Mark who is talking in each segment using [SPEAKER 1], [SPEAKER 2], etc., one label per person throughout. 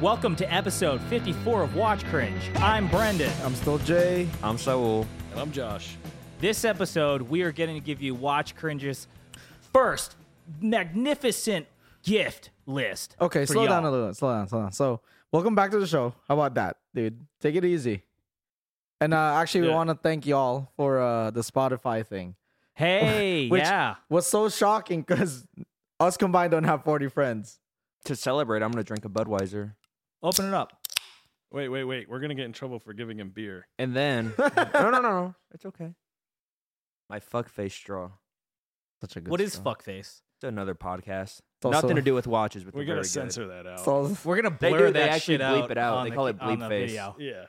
[SPEAKER 1] Welcome to episode 54 of Watch Cringe. I'm Brendan.
[SPEAKER 2] I'm still Jay.
[SPEAKER 3] I'm Saul.
[SPEAKER 4] And I'm Josh.
[SPEAKER 1] This episode, we are going to give you Watch Cringe's first magnificent gift list.
[SPEAKER 2] Okay,
[SPEAKER 1] for
[SPEAKER 2] slow
[SPEAKER 1] y'all.
[SPEAKER 2] down a little. Slow down. Slow down. So, welcome back to the show. How about that, dude? Take it easy. And uh, actually, we
[SPEAKER 4] Yeah.
[SPEAKER 2] want to thank y'all for uh, the Spotify thing.
[SPEAKER 1] Hey,
[SPEAKER 2] Which-
[SPEAKER 1] yeah.
[SPEAKER 2] Was so shocking because us combined don't have 40 friends.
[SPEAKER 3] To celebrate, I'm gonna drink a Budweiser,
[SPEAKER 1] Open it up.
[SPEAKER 4] Wait, wait, wait. We're gonna get in trouble for giving him beer.
[SPEAKER 3] and then no, no, no, no, it's okay. My fuckface straw.
[SPEAKER 2] Such a good.
[SPEAKER 1] What is fuckface?
[SPEAKER 3] It's another podcast.
[SPEAKER 2] also-
[SPEAKER 3] Nothing to do with watches, but
[SPEAKER 4] We're
[SPEAKER 3] they're
[SPEAKER 4] gonna
[SPEAKER 3] very good.
[SPEAKER 4] censor that out.
[SPEAKER 2] So,
[SPEAKER 1] We're going to
[SPEAKER 3] They
[SPEAKER 1] blur
[SPEAKER 3] do, they
[SPEAKER 1] that
[SPEAKER 3] actually
[SPEAKER 1] shit
[SPEAKER 3] bleep
[SPEAKER 1] out
[SPEAKER 3] it out.
[SPEAKER 1] on
[SPEAKER 3] They
[SPEAKER 1] the-
[SPEAKER 3] call it
[SPEAKER 1] on the
[SPEAKER 3] bleep face.
[SPEAKER 1] video.
[SPEAKER 4] yeah.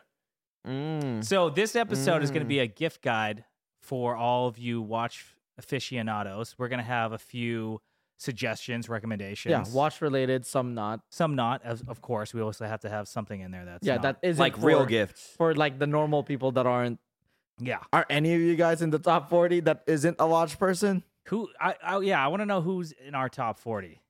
[SPEAKER 3] Mm.
[SPEAKER 1] So this episode is going to
[SPEAKER 3] Mm.
[SPEAKER 1] be a gift guide for all of you watch aficionados. We're going to have a few suggestions, recommendations.
[SPEAKER 2] yeah, watch related, some not.
[SPEAKER 1] some not. Of, of course, we also have to have something in there that's
[SPEAKER 2] yeah,
[SPEAKER 1] not-
[SPEAKER 2] that is
[SPEAKER 3] like real
[SPEAKER 2] for,
[SPEAKER 3] gifts.
[SPEAKER 2] for like the normal people that aren't.
[SPEAKER 1] yeah.
[SPEAKER 2] Are any of you guys in the top 40 that isn't a watch person?
[SPEAKER 1] Who? I, I yeah. I want to know who's in our top forty.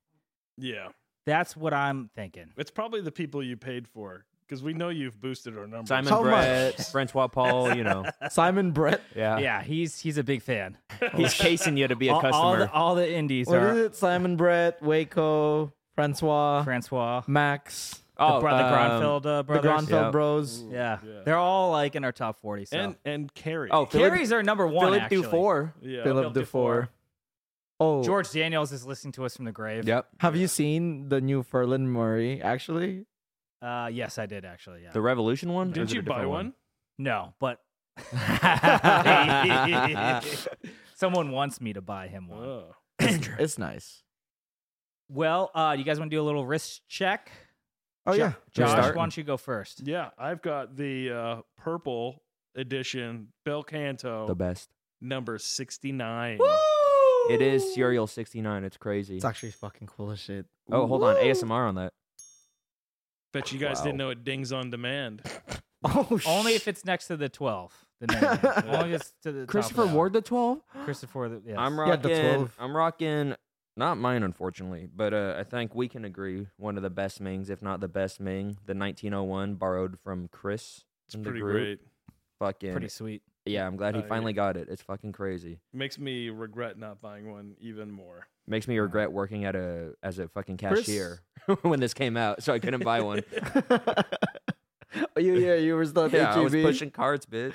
[SPEAKER 4] Yeah.
[SPEAKER 1] That's what I'm thinking.
[SPEAKER 4] It's probably the people you paid for because we know you've boosted our numbers.
[SPEAKER 3] Simon
[SPEAKER 2] How
[SPEAKER 3] Brett,
[SPEAKER 2] much?
[SPEAKER 3] Francois Paul. You know,
[SPEAKER 2] Simon Brett.
[SPEAKER 3] yeah.
[SPEAKER 1] yeah, he's he's a big fan.
[SPEAKER 3] He's casing you to be a
[SPEAKER 1] all, all
[SPEAKER 3] customer.
[SPEAKER 1] the, all the indies
[SPEAKER 2] What
[SPEAKER 1] are
[SPEAKER 2] is it? Simon Brett, Waco, Francois,
[SPEAKER 1] Francois,
[SPEAKER 2] Max.
[SPEAKER 1] the, bro- the
[SPEAKER 3] um,
[SPEAKER 1] Gronfeld uh,
[SPEAKER 2] the
[SPEAKER 1] brothers.
[SPEAKER 2] Gronfeld
[SPEAKER 3] Yeah.
[SPEAKER 2] Bros.
[SPEAKER 4] Ooh,
[SPEAKER 1] yeah.
[SPEAKER 4] yeah.
[SPEAKER 1] they're all like in our top forty. So.
[SPEAKER 4] and and Carrie.
[SPEAKER 3] Oh, Philip-
[SPEAKER 1] Carrie's are number one.
[SPEAKER 3] Philip
[SPEAKER 1] actually.
[SPEAKER 3] Dufour.
[SPEAKER 4] yeah.
[SPEAKER 2] Philip DeFore. Oh,
[SPEAKER 1] George Daniels is listening to us from the grave.
[SPEAKER 3] Yep.
[SPEAKER 2] have you seen the new Ferlin Murray? Actually,
[SPEAKER 1] Uh, yes, I did actually. Yeah.
[SPEAKER 3] The Revolution one. or
[SPEAKER 4] Did
[SPEAKER 3] is it
[SPEAKER 4] you
[SPEAKER 3] a
[SPEAKER 4] buy
[SPEAKER 3] different
[SPEAKER 4] one?
[SPEAKER 1] no, but someone wants me to buy him one.
[SPEAKER 4] Oh.
[SPEAKER 2] it's nice.
[SPEAKER 1] Well, uh, you guys want to do a little wrist check?
[SPEAKER 2] Oh
[SPEAKER 1] Jo-
[SPEAKER 2] yeah,
[SPEAKER 1] Josh,
[SPEAKER 3] Start.
[SPEAKER 1] why don't you go first?
[SPEAKER 4] Yeah. I've got the uh, purple edition Bel Canto
[SPEAKER 3] The best.
[SPEAKER 4] number sixty nine.
[SPEAKER 3] It is Serial 69. It's crazy.
[SPEAKER 2] it's actually fucking cool as shit.
[SPEAKER 3] Oh, hold on.
[SPEAKER 1] Woo!
[SPEAKER 3] ASMR on that.
[SPEAKER 4] Bet you guys
[SPEAKER 3] Wow.
[SPEAKER 4] didn't know it dings on demand.
[SPEAKER 2] Oh, sh-
[SPEAKER 1] Only if it's next to the twelve. The name. Only if it's to the top
[SPEAKER 3] Christopher
[SPEAKER 1] of that.
[SPEAKER 3] Ward the 12?
[SPEAKER 1] Christopher. The, yes.
[SPEAKER 3] I'm
[SPEAKER 2] Yeah, the
[SPEAKER 3] rocking.
[SPEAKER 2] 12.
[SPEAKER 3] I'm rocking. Not mine, unfortunately, but uh, I think we can agree one of the best Mings, if not the best Ming, the 1901 borrowed from Chris.
[SPEAKER 4] It's
[SPEAKER 3] in the
[SPEAKER 4] pretty
[SPEAKER 3] group.
[SPEAKER 4] great.
[SPEAKER 3] Fucking
[SPEAKER 1] pretty sweet.
[SPEAKER 3] yeah, I'm glad he
[SPEAKER 4] Uh,
[SPEAKER 3] finally got it. It's fucking crazy.
[SPEAKER 4] Makes me regret not buying one even more.
[SPEAKER 3] Makes me regret working at a as a fucking
[SPEAKER 2] Chris-
[SPEAKER 3] cashier when this came out, so I couldn't buy one.
[SPEAKER 2] Oh, you yeah, you were still at
[SPEAKER 3] yeah, I was
[SPEAKER 2] HEB.
[SPEAKER 3] pushing cards, bitch.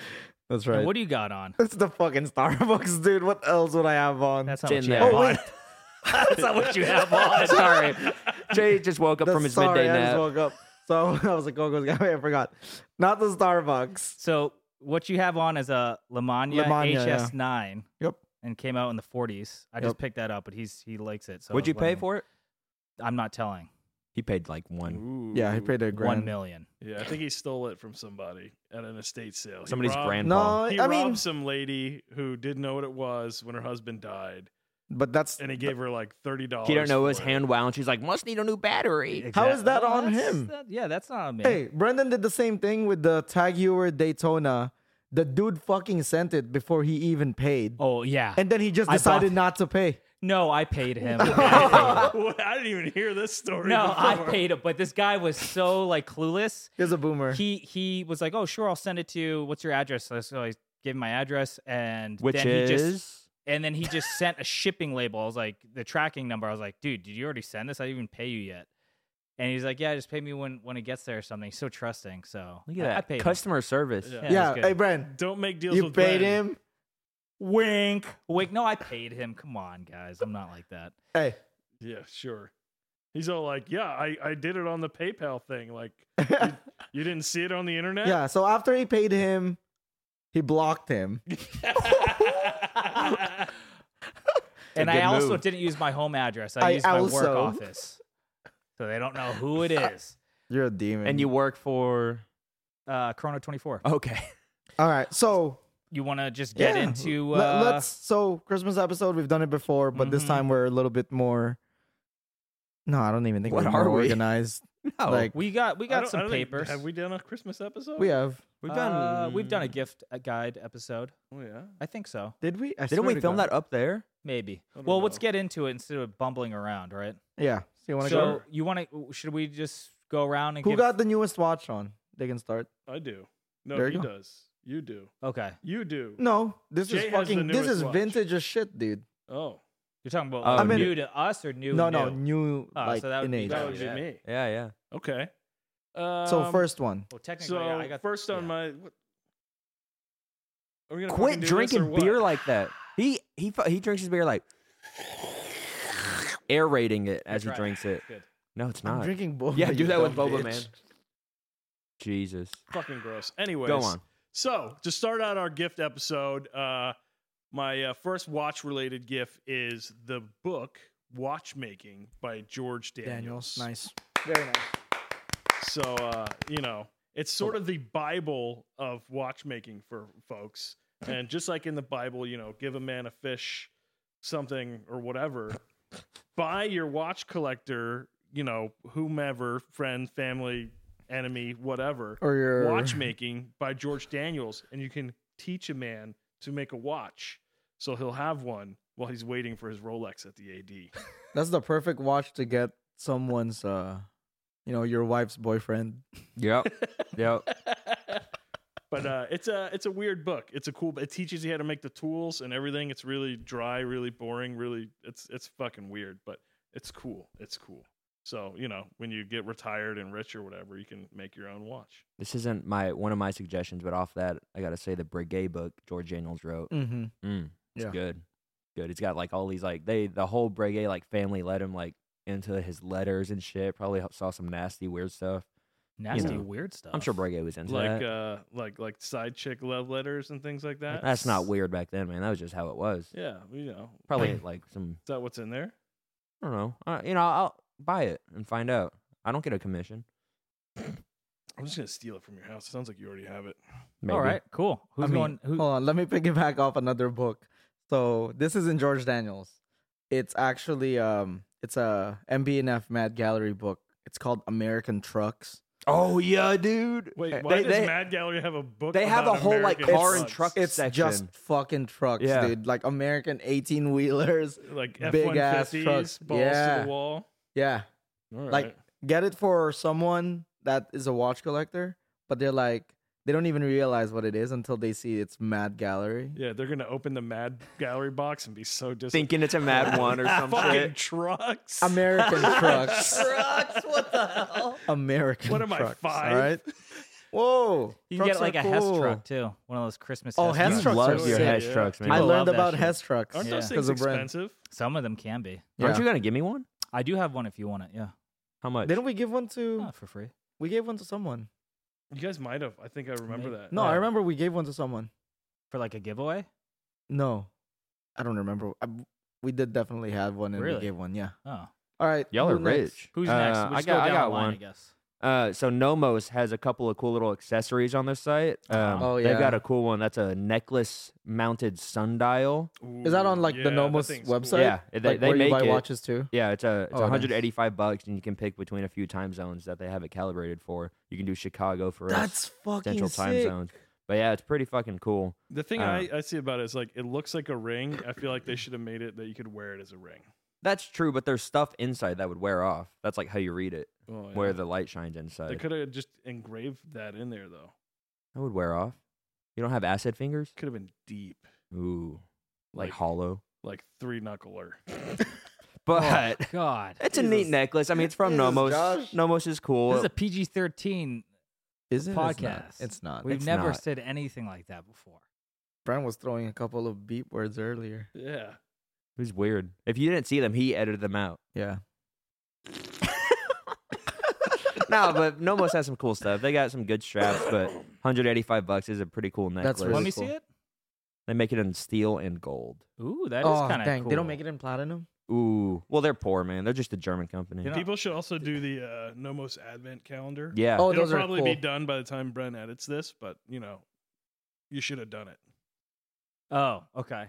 [SPEAKER 2] That's
[SPEAKER 1] And
[SPEAKER 2] right.
[SPEAKER 1] What do you got on?
[SPEAKER 2] it's the fucking Starbucks, dude. What else would I have on?
[SPEAKER 1] That's not what
[SPEAKER 3] It's in
[SPEAKER 1] you
[SPEAKER 3] there.
[SPEAKER 1] have
[SPEAKER 2] Oh,
[SPEAKER 1] on.
[SPEAKER 2] wait.
[SPEAKER 1] That's not what you have on.
[SPEAKER 3] Sorry, Jay just woke up
[SPEAKER 2] That's-
[SPEAKER 3] from his
[SPEAKER 2] sorry,
[SPEAKER 3] midday
[SPEAKER 2] I just
[SPEAKER 3] nap.
[SPEAKER 2] woke up. So I was like, "Go, go, go!" I forgot. Not the Starbucks.
[SPEAKER 1] So what you have on is a Lamania
[SPEAKER 2] Lamania, yeah.
[SPEAKER 1] HS9.
[SPEAKER 2] Yep.
[SPEAKER 1] And came out in the 40s. I just
[SPEAKER 2] Yep.
[SPEAKER 1] picked that up, but he's he likes it. So I
[SPEAKER 3] Would
[SPEAKER 1] was
[SPEAKER 3] you pay
[SPEAKER 1] wondering-
[SPEAKER 3] for it?
[SPEAKER 1] I'm not telling.
[SPEAKER 3] He paid like one.
[SPEAKER 4] Ooh.
[SPEAKER 2] Yeah, I paid a grand.
[SPEAKER 1] One million.
[SPEAKER 4] Yeah, I think he stole it from somebody at an estate sale. He
[SPEAKER 3] Somebody's
[SPEAKER 4] robbed-
[SPEAKER 3] grandpa.
[SPEAKER 2] No,
[SPEAKER 4] He
[SPEAKER 2] I
[SPEAKER 4] robbed
[SPEAKER 2] mean,
[SPEAKER 4] some lady who didn't know what it was when her husband died,
[SPEAKER 2] but that's
[SPEAKER 4] and he gave her like thirty dollars.
[SPEAKER 3] He don't know his hand wound. She's like, must need a new battery.
[SPEAKER 2] How is
[SPEAKER 1] Exact-
[SPEAKER 2] that
[SPEAKER 1] Well,
[SPEAKER 2] on
[SPEAKER 1] Oh, that's-
[SPEAKER 2] him?
[SPEAKER 1] that- yeah, that's not on me.
[SPEAKER 2] Hey, Brendan did the same thing with the Tag Heuer Daytona. The dude fucking sent it before he even paid.
[SPEAKER 1] Oh yeah.
[SPEAKER 2] And then he just
[SPEAKER 1] I
[SPEAKER 2] decided
[SPEAKER 1] bought-
[SPEAKER 2] not to pay.
[SPEAKER 1] no, I paid him.
[SPEAKER 4] I didn't even hear this story.
[SPEAKER 1] no, I
[SPEAKER 4] before.
[SPEAKER 1] paid him. But this guy was so like clueless.
[SPEAKER 2] He's a boomer.
[SPEAKER 1] He he was like, oh sure, I'll send it to you. What's your address? So I- So I gave him my address, and
[SPEAKER 3] Which
[SPEAKER 1] then
[SPEAKER 3] is
[SPEAKER 1] he just and then he just sent a shipping label. I was like the tracking number. I was like, dude, did you already send this? I didn't even pay you yet. And he's like, yeah, just pay me when when it gets there or something. He's so trusting. So
[SPEAKER 3] look at
[SPEAKER 1] I-
[SPEAKER 3] that
[SPEAKER 1] I paid him.
[SPEAKER 3] customer service.
[SPEAKER 4] Yeah.
[SPEAKER 1] Yeah, it
[SPEAKER 2] yeah,
[SPEAKER 1] was good.
[SPEAKER 2] hey, Bren,
[SPEAKER 4] Don't make deals.
[SPEAKER 2] you
[SPEAKER 4] with
[SPEAKER 2] paid
[SPEAKER 4] Glenn.
[SPEAKER 2] him.
[SPEAKER 1] Wink, wink. No, I paid him. Come on, guys. I'm not like that.
[SPEAKER 2] Hey,
[SPEAKER 4] Yeah, sure. He's all like, "Yeah, I, I did it on the PayPal thing. Like, you, you didn't see it on the internet.
[SPEAKER 2] yeah, so after he paid him, he blocked him.
[SPEAKER 1] And
[SPEAKER 3] good
[SPEAKER 1] I also
[SPEAKER 3] move.
[SPEAKER 1] didn't use my home address. I,
[SPEAKER 2] I
[SPEAKER 1] used my work
[SPEAKER 2] also-
[SPEAKER 1] office. So they don't know who it is.
[SPEAKER 2] You're a demon.
[SPEAKER 3] And you work for
[SPEAKER 1] Uh, Chrono 24.
[SPEAKER 3] okay.
[SPEAKER 2] All right, so
[SPEAKER 1] You want to just get
[SPEAKER 2] Yeah.
[SPEAKER 1] into. Uh,
[SPEAKER 2] le- let's. So, Christmas episode, we've done it before, but this
[SPEAKER 1] Mhm.
[SPEAKER 2] time we're a little bit more. No, I don't even think
[SPEAKER 3] What
[SPEAKER 2] we're
[SPEAKER 3] are
[SPEAKER 2] more
[SPEAKER 3] we?
[SPEAKER 2] organized.
[SPEAKER 3] No,
[SPEAKER 2] Like,
[SPEAKER 1] We got we
[SPEAKER 4] I
[SPEAKER 1] got
[SPEAKER 4] don't- I
[SPEAKER 1] some
[SPEAKER 4] don't think-
[SPEAKER 1] papers.
[SPEAKER 4] have we done a Christmas episode?
[SPEAKER 2] we have.
[SPEAKER 3] we've done
[SPEAKER 1] Uh, we've done a gift uh, guide episode.
[SPEAKER 4] Oh yeah.
[SPEAKER 1] I think so.
[SPEAKER 2] Did we? I
[SPEAKER 3] Didn't
[SPEAKER 2] swear
[SPEAKER 3] we
[SPEAKER 2] to
[SPEAKER 3] film
[SPEAKER 2] God.
[SPEAKER 3] that up there?
[SPEAKER 1] Maybe.
[SPEAKER 4] I don't
[SPEAKER 1] Well, let's
[SPEAKER 4] know.
[SPEAKER 1] get into it instead of bumbling around, right?
[SPEAKER 2] Yeah. So, you want to
[SPEAKER 1] so
[SPEAKER 2] go?
[SPEAKER 1] you want to? Should we just go around and
[SPEAKER 2] Who
[SPEAKER 1] give,
[SPEAKER 2] got the newest watch on? They can start.
[SPEAKER 4] I do. No,
[SPEAKER 2] There
[SPEAKER 4] he
[SPEAKER 2] you go.
[SPEAKER 4] does. You do.
[SPEAKER 1] Okay,
[SPEAKER 4] You do.
[SPEAKER 2] No, this
[SPEAKER 4] Jay
[SPEAKER 2] is
[SPEAKER 4] has the
[SPEAKER 2] fucking. This
[SPEAKER 4] newest
[SPEAKER 2] is
[SPEAKER 4] watch.
[SPEAKER 2] vintage as shit, dude.
[SPEAKER 4] Oh,
[SPEAKER 1] you're talking about
[SPEAKER 3] Oh,
[SPEAKER 1] like,
[SPEAKER 2] I mean-
[SPEAKER 1] new to us or new?
[SPEAKER 2] no,
[SPEAKER 1] new?
[SPEAKER 2] no, new
[SPEAKER 1] Oh,
[SPEAKER 2] like
[SPEAKER 1] so that would
[SPEAKER 2] in
[SPEAKER 1] be
[SPEAKER 2] age.
[SPEAKER 4] that would be
[SPEAKER 1] Yeah.
[SPEAKER 4] me.
[SPEAKER 3] Yeah, yeah.
[SPEAKER 4] Okay. Um,
[SPEAKER 2] so first one.
[SPEAKER 1] Well, technically,
[SPEAKER 4] So
[SPEAKER 1] yeah, I got
[SPEAKER 4] first on
[SPEAKER 1] yeah.
[SPEAKER 4] my. What? Are we gonna
[SPEAKER 3] Quit
[SPEAKER 4] fucking do this or
[SPEAKER 3] drinking
[SPEAKER 4] what?
[SPEAKER 3] beer like that. He he fu- he drinks his beer like aerating it as he
[SPEAKER 1] right.
[SPEAKER 3] drinks it.
[SPEAKER 4] Good.
[SPEAKER 3] No, it's
[SPEAKER 2] I'm
[SPEAKER 3] not.
[SPEAKER 2] drinking boba.
[SPEAKER 3] Yeah, do
[SPEAKER 2] you
[SPEAKER 3] that with
[SPEAKER 2] dumb
[SPEAKER 3] boba,
[SPEAKER 2] bitch.
[SPEAKER 3] man. Jesus.
[SPEAKER 4] Fucking gross. Anyways,
[SPEAKER 3] Go on.
[SPEAKER 4] So, to start out our gift episode, uh, my uh, first watch related gift is the book Watchmaking by George Daniels.
[SPEAKER 2] Daniels, nice, very nice.
[SPEAKER 4] So, uh, you know, it's sort of the Bible of watchmaking for folks. And just like in the Bible, you know, give a man a fish, something or whatever, buy your watch collector, you know, whomever, friend, family, enemy, whatever.
[SPEAKER 2] Or your
[SPEAKER 4] Watchmaking by George Daniels, and you can teach a man to make a watch, so he'll have one while he's waiting for his Rolex at the AD.
[SPEAKER 2] That's the perfect watch to get someone's, uh, you know, your wife's boyfriend.
[SPEAKER 3] Yep. Yep.
[SPEAKER 4] But uh, it's a it's a weird book. It's a cool. It teaches you how to make the tools and everything. It's really dry, really boring, really. It's it's fucking weird, but it's cool. It's cool. So you know, when you get retired and rich or whatever, you can make your own watch.
[SPEAKER 3] This isn't my one of my suggestions, but off that, I gotta say the Brigade book George Daniels wrote.
[SPEAKER 2] Mm-hmm.
[SPEAKER 3] Mm, it's
[SPEAKER 2] Yeah.
[SPEAKER 3] good. Good. He's got like all these like they the whole Breguet like family let him like into his letters and shit. Probably h- saw some nasty weird stuff.
[SPEAKER 1] nasty
[SPEAKER 3] know.
[SPEAKER 1] weird stuff.
[SPEAKER 3] I'm sure Breguet was into
[SPEAKER 4] Like
[SPEAKER 3] that.
[SPEAKER 4] uh, like like side chick love letters and things like that.
[SPEAKER 3] That's not weird back then, man. That was just how it was.
[SPEAKER 4] Yeah, you know,
[SPEAKER 3] Probably like some
[SPEAKER 4] Is that what's in there?
[SPEAKER 3] I don't know. Uh, you know, I'll buy it and find out. I don't get a commission.
[SPEAKER 4] I'm just gonna steal it from your house. It sounds like you already have it.
[SPEAKER 3] Maybe.
[SPEAKER 1] All right, cool. Who's
[SPEAKER 2] I mean,
[SPEAKER 1] going? Who,
[SPEAKER 2] Hold on, let me piggyback off another book. So this is in George Daniels. It's actually um, it's a MBNF Mad Gallery book. It's called American Trucks.
[SPEAKER 3] Oh yeah, dude.
[SPEAKER 4] Wait,
[SPEAKER 3] They-
[SPEAKER 4] why does
[SPEAKER 3] they-
[SPEAKER 4] Mad Gallery have a book?
[SPEAKER 3] they have
[SPEAKER 4] about
[SPEAKER 3] a whole, like,
[SPEAKER 4] American
[SPEAKER 3] car and
[SPEAKER 4] trucks?
[SPEAKER 3] truck
[SPEAKER 2] It's just
[SPEAKER 3] section.
[SPEAKER 2] fucking trucks,
[SPEAKER 3] Yeah.
[SPEAKER 2] dude. Like American eighteen wheelers.
[SPEAKER 4] like F
[SPEAKER 2] big
[SPEAKER 4] one
[SPEAKER 2] ass
[SPEAKER 4] fifties,
[SPEAKER 2] trucks.
[SPEAKER 4] balls to
[SPEAKER 2] Yeah.
[SPEAKER 4] the wall.
[SPEAKER 2] Yeah,
[SPEAKER 4] All
[SPEAKER 2] Like-
[SPEAKER 4] right.
[SPEAKER 2] get it for someone that is a watch collector, but they're like they don't even realize what it is until they see it's Mad Gallery.
[SPEAKER 4] yeah, they're gonna open the Mad Gallery box and be so disappointed.
[SPEAKER 3] Thinking it's a Mad One or some
[SPEAKER 4] Fucking
[SPEAKER 3] shit.
[SPEAKER 4] trucks.
[SPEAKER 2] American trucks.
[SPEAKER 3] Trucks. What the hell?
[SPEAKER 2] American
[SPEAKER 4] What am I,
[SPEAKER 2] trucks,
[SPEAKER 4] five?
[SPEAKER 2] All right. Whoa.
[SPEAKER 1] you can get
[SPEAKER 2] trucks
[SPEAKER 1] like
[SPEAKER 2] are
[SPEAKER 1] a Hess
[SPEAKER 2] cool.
[SPEAKER 1] truck too. One of those Christmas.
[SPEAKER 2] Oh, Hess
[SPEAKER 1] Hess
[SPEAKER 3] You
[SPEAKER 2] trucks
[SPEAKER 3] love
[SPEAKER 2] are
[SPEAKER 3] your
[SPEAKER 2] sick.
[SPEAKER 3] Hess
[SPEAKER 4] Yeah.
[SPEAKER 3] trucks, man.
[SPEAKER 1] People
[SPEAKER 2] I
[SPEAKER 1] love
[SPEAKER 2] learned
[SPEAKER 1] that
[SPEAKER 2] about
[SPEAKER 1] shit.
[SPEAKER 2] Hess trucks.
[SPEAKER 4] Aren't
[SPEAKER 1] Yeah.
[SPEAKER 4] those
[SPEAKER 2] 'Cause
[SPEAKER 4] things
[SPEAKER 2] of Brent.
[SPEAKER 4] expensive?
[SPEAKER 1] Some of them can be.
[SPEAKER 3] Aren't
[SPEAKER 2] Yeah.
[SPEAKER 3] you gonna give me one?
[SPEAKER 1] I do have one if you want it. Yeah,
[SPEAKER 3] How much?
[SPEAKER 2] Didn't we give one to?
[SPEAKER 1] Ah, for free.
[SPEAKER 2] We gave one to someone.
[SPEAKER 4] You guys might have. I think I remember
[SPEAKER 1] Maybe.
[SPEAKER 4] that.
[SPEAKER 2] No, I
[SPEAKER 1] Yeah.
[SPEAKER 2] remember we gave one to someone.
[SPEAKER 1] For like a giveaway?
[SPEAKER 2] No, I don't remember. I, we did definitely have one, and
[SPEAKER 1] Really?
[SPEAKER 2] we gave one. Yeah.
[SPEAKER 1] Oh.
[SPEAKER 2] All right.
[SPEAKER 3] Y'all are
[SPEAKER 2] who next?
[SPEAKER 3] rich.
[SPEAKER 1] Who's
[SPEAKER 3] Uh,
[SPEAKER 1] next? We
[SPEAKER 3] I
[SPEAKER 1] just go
[SPEAKER 3] got, I
[SPEAKER 1] down
[SPEAKER 3] got
[SPEAKER 1] the line, I
[SPEAKER 3] one.
[SPEAKER 1] guess.
[SPEAKER 3] Uh, so Nomos has a couple of cool little accessories on their site. Um,
[SPEAKER 2] Oh,
[SPEAKER 3] they've got
[SPEAKER 2] yeah.
[SPEAKER 3] a cool one. That's a necklace-mounted sundial.
[SPEAKER 4] Ooh,
[SPEAKER 2] Is that on like
[SPEAKER 4] yeah,
[SPEAKER 2] the
[SPEAKER 4] that
[SPEAKER 2] Nomos
[SPEAKER 4] thing's cool.
[SPEAKER 2] website?
[SPEAKER 3] Yeah, they-
[SPEAKER 2] like,
[SPEAKER 3] they
[SPEAKER 2] where
[SPEAKER 3] make
[SPEAKER 2] you buy
[SPEAKER 3] it.
[SPEAKER 2] watches too.
[SPEAKER 3] Yeah, it's a it's
[SPEAKER 2] Oh, nice.
[SPEAKER 3] 185 bucks, and you can pick between a few time zones that they have it calibrated for. You can do Chicago for us,
[SPEAKER 2] That's fucking
[SPEAKER 3] central time
[SPEAKER 2] sick.
[SPEAKER 3] zones. But yeah, it's pretty fucking cool.
[SPEAKER 4] The thing
[SPEAKER 3] Uh,
[SPEAKER 4] I, I see about it is like it looks like a ring. I feel like they should have made it that you could wear it as a ring.
[SPEAKER 3] That's true, but there's stuff inside that would wear off. That's like how you read it,
[SPEAKER 4] Oh, yeah.
[SPEAKER 3] where the light shines
[SPEAKER 4] they
[SPEAKER 3] inside.
[SPEAKER 4] could have just engraved that in there though.
[SPEAKER 3] that would wear off. You don't have acid fingers?
[SPEAKER 4] Could have been deep,
[SPEAKER 3] Ooh, like,
[SPEAKER 4] Like-
[SPEAKER 3] hollow.
[SPEAKER 4] like three knuckler.
[SPEAKER 3] But
[SPEAKER 1] Oh, God.
[SPEAKER 3] it's a neat
[SPEAKER 2] Jesus.
[SPEAKER 3] necklace. I mean, it's from
[SPEAKER 2] Jesus,
[SPEAKER 3] Nomos.
[SPEAKER 2] Josh.
[SPEAKER 3] Nomos is cool.
[SPEAKER 1] This is a PG 13.
[SPEAKER 2] Is it? It's not.
[SPEAKER 1] Podcast.
[SPEAKER 2] It's not.
[SPEAKER 1] We've
[SPEAKER 3] uh, It's
[SPEAKER 1] never
[SPEAKER 3] not.
[SPEAKER 1] said anything like that before.
[SPEAKER 2] Brent was throwing a couple of beep words earlier.
[SPEAKER 4] Yeah.
[SPEAKER 3] It was weird. If you didn't see them, he edited them out.
[SPEAKER 2] Yeah.
[SPEAKER 3] no, but Nomos has some cool stuff. They got some good straps, but 185 bucks is a pretty cool necklace.
[SPEAKER 2] That's really
[SPEAKER 1] Let me see
[SPEAKER 2] cool.
[SPEAKER 1] it.
[SPEAKER 3] They make it in steel and gold.
[SPEAKER 1] Ooh, that is
[SPEAKER 2] oh
[SPEAKER 1] kind of
[SPEAKER 2] dang!
[SPEAKER 1] cool.
[SPEAKER 2] They don't make it in platinum.
[SPEAKER 3] Ooh. Well, they're poor, man. They're just a German company.
[SPEAKER 1] You know-
[SPEAKER 4] People should also do the uh, Nomos Advent calendar.
[SPEAKER 3] yeah.
[SPEAKER 2] Oh,
[SPEAKER 4] It'll
[SPEAKER 2] those are
[SPEAKER 4] probably be
[SPEAKER 2] cool.
[SPEAKER 4] done by the time Brent edits this, but you know, you should have done it.
[SPEAKER 1] Oh, okay.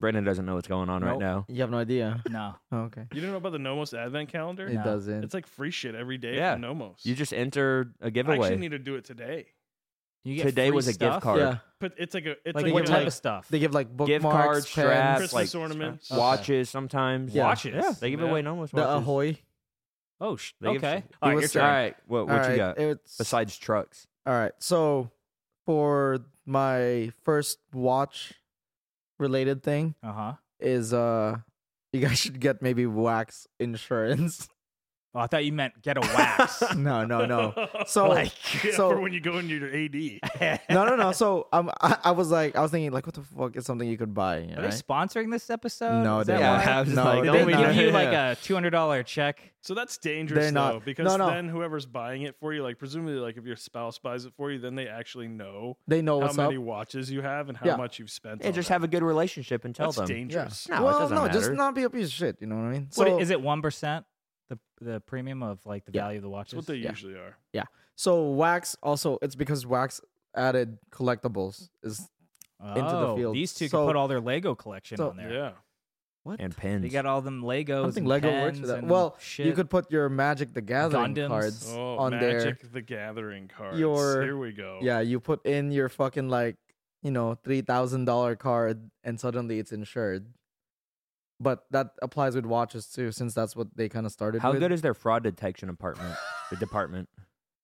[SPEAKER 3] Brandon doesn't know what's going on right
[SPEAKER 1] Nope.
[SPEAKER 3] now.
[SPEAKER 2] You have no idea.
[SPEAKER 1] No.
[SPEAKER 2] Oh, okay.
[SPEAKER 4] You don't know about the Nomos Advent calendar?
[SPEAKER 2] It
[SPEAKER 1] No.
[SPEAKER 2] doesn't.
[SPEAKER 4] It's like free shit every day
[SPEAKER 3] Yeah.
[SPEAKER 4] from Nomos.
[SPEAKER 3] You just enter a
[SPEAKER 4] I actually
[SPEAKER 3] giveaway.
[SPEAKER 4] need to do it today.
[SPEAKER 1] You get
[SPEAKER 3] Today
[SPEAKER 1] free
[SPEAKER 3] was a gift
[SPEAKER 1] stuff?
[SPEAKER 3] card.
[SPEAKER 2] yeah.
[SPEAKER 4] But it's like a it's
[SPEAKER 1] Like,
[SPEAKER 4] like,
[SPEAKER 1] what
[SPEAKER 4] a,
[SPEAKER 1] type
[SPEAKER 4] like
[SPEAKER 1] of stuff?
[SPEAKER 2] They give like
[SPEAKER 3] Gift
[SPEAKER 2] bookmarks,
[SPEAKER 3] cards, straps,
[SPEAKER 2] pens,
[SPEAKER 4] Christmas
[SPEAKER 3] like,
[SPEAKER 4] ornaments.
[SPEAKER 1] Okay.
[SPEAKER 3] Watches sometimes.
[SPEAKER 2] Yeah.
[SPEAKER 1] Watches?
[SPEAKER 3] Yeah. They give
[SPEAKER 4] Yeah.
[SPEAKER 3] away Nomos watches.
[SPEAKER 2] the uh, Ahoy.
[SPEAKER 1] Oh, sh-
[SPEAKER 3] They give
[SPEAKER 1] okay.
[SPEAKER 3] some-
[SPEAKER 1] All
[SPEAKER 2] It
[SPEAKER 1] right,
[SPEAKER 2] was
[SPEAKER 1] your
[SPEAKER 2] Sure.
[SPEAKER 1] turn.
[SPEAKER 3] All right, what what
[SPEAKER 2] Alright,
[SPEAKER 3] you got
[SPEAKER 2] It's,
[SPEAKER 3] besides trucks?
[SPEAKER 2] all right. So for my first watch related thing
[SPEAKER 1] Uh huh.
[SPEAKER 2] is uh you guys should get maybe wax insurance.
[SPEAKER 1] Oh, I thought you meant get a wax.
[SPEAKER 2] no, no, no. So
[SPEAKER 1] Like,
[SPEAKER 4] yeah,
[SPEAKER 2] so-
[SPEAKER 4] for when you go into your AD.
[SPEAKER 2] no, no, no. So um, I, I was like, I was thinking, like, what the fuck is something you could buy? you
[SPEAKER 1] Are
[SPEAKER 2] know,
[SPEAKER 1] they
[SPEAKER 2] right?
[SPEAKER 1] sponsoring this episode?
[SPEAKER 2] No,
[SPEAKER 1] Is
[SPEAKER 2] they
[SPEAKER 1] that
[SPEAKER 2] Yeah,
[SPEAKER 1] why?
[SPEAKER 2] I was No, like,
[SPEAKER 1] Did
[SPEAKER 2] don't
[SPEAKER 1] they
[SPEAKER 2] we
[SPEAKER 1] give
[SPEAKER 2] know?
[SPEAKER 1] you like a two hundred dollar check?
[SPEAKER 4] So that's dangerous
[SPEAKER 2] They're not-
[SPEAKER 4] though, because
[SPEAKER 2] no, no.
[SPEAKER 4] then whoever's buying it for you, like presumably, like if your spouse buys it for you, then they actually know
[SPEAKER 2] They know
[SPEAKER 4] how
[SPEAKER 2] what's up.
[SPEAKER 4] many watches you have and how
[SPEAKER 2] Yeah.
[SPEAKER 4] much you've spent.
[SPEAKER 3] Yeah,
[SPEAKER 4] on
[SPEAKER 3] just
[SPEAKER 4] that.
[SPEAKER 3] have a good relationship and tell
[SPEAKER 4] that's
[SPEAKER 3] them.
[SPEAKER 4] dangerous.
[SPEAKER 3] No, it
[SPEAKER 2] well,
[SPEAKER 3] doesn't
[SPEAKER 2] no, just
[SPEAKER 3] matter.
[SPEAKER 2] not be a piece of shit. You know what I mean?
[SPEAKER 1] What
[SPEAKER 2] So
[SPEAKER 1] is it? One percent the the premium of like the
[SPEAKER 2] Yeah.
[SPEAKER 1] value of the
[SPEAKER 4] That's
[SPEAKER 1] watches.
[SPEAKER 4] what they
[SPEAKER 2] Yeah.
[SPEAKER 4] usually are.
[SPEAKER 2] so wax also it's because wax added collectibles is into the
[SPEAKER 1] Oh,
[SPEAKER 2] field.
[SPEAKER 1] These two
[SPEAKER 2] So-
[SPEAKER 1] can put all their Lego collection
[SPEAKER 2] so-
[SPEAKER 1] on there.
[SPEAKER 4] Yeah.
[SPEAKER 2] what
[SPEAKER 3] And pins.
[SPEAKER 1] They got all them Legos.
[SPEAKER 2] I don't think
[SPEAKER 1] and
[SPEAKER 2] Lego works
[SPEAKER 1] pens
[SPEAKER 2] for that.
[SPEAKER 1] and
[SPEAKER 2] Well,
[SPEAKER 1] shit.
[SPEAKER 2] you could put your Magic the Gathering
[SPEAKER 1] Gundams.
[SPEAKER 2] cards
[SPEAKER 4] Oh,
[SPEAKER 2] on there.
[SPEAKER 4] Magic Oh. the Gathering cards.
[SPEAKER 2] Your-
[SPEAKER 4] Here we go.
[SPEAKER 2] Yeah, you put in your fucking like you know three thousand dollar card, and suddenly it's insured. But that applies with watches too, since that's what they kind of started.
[SPEAKER 3] How
[SPEAKER 2] with.
[SPEAKER 3] good is their fraud detection department? the department.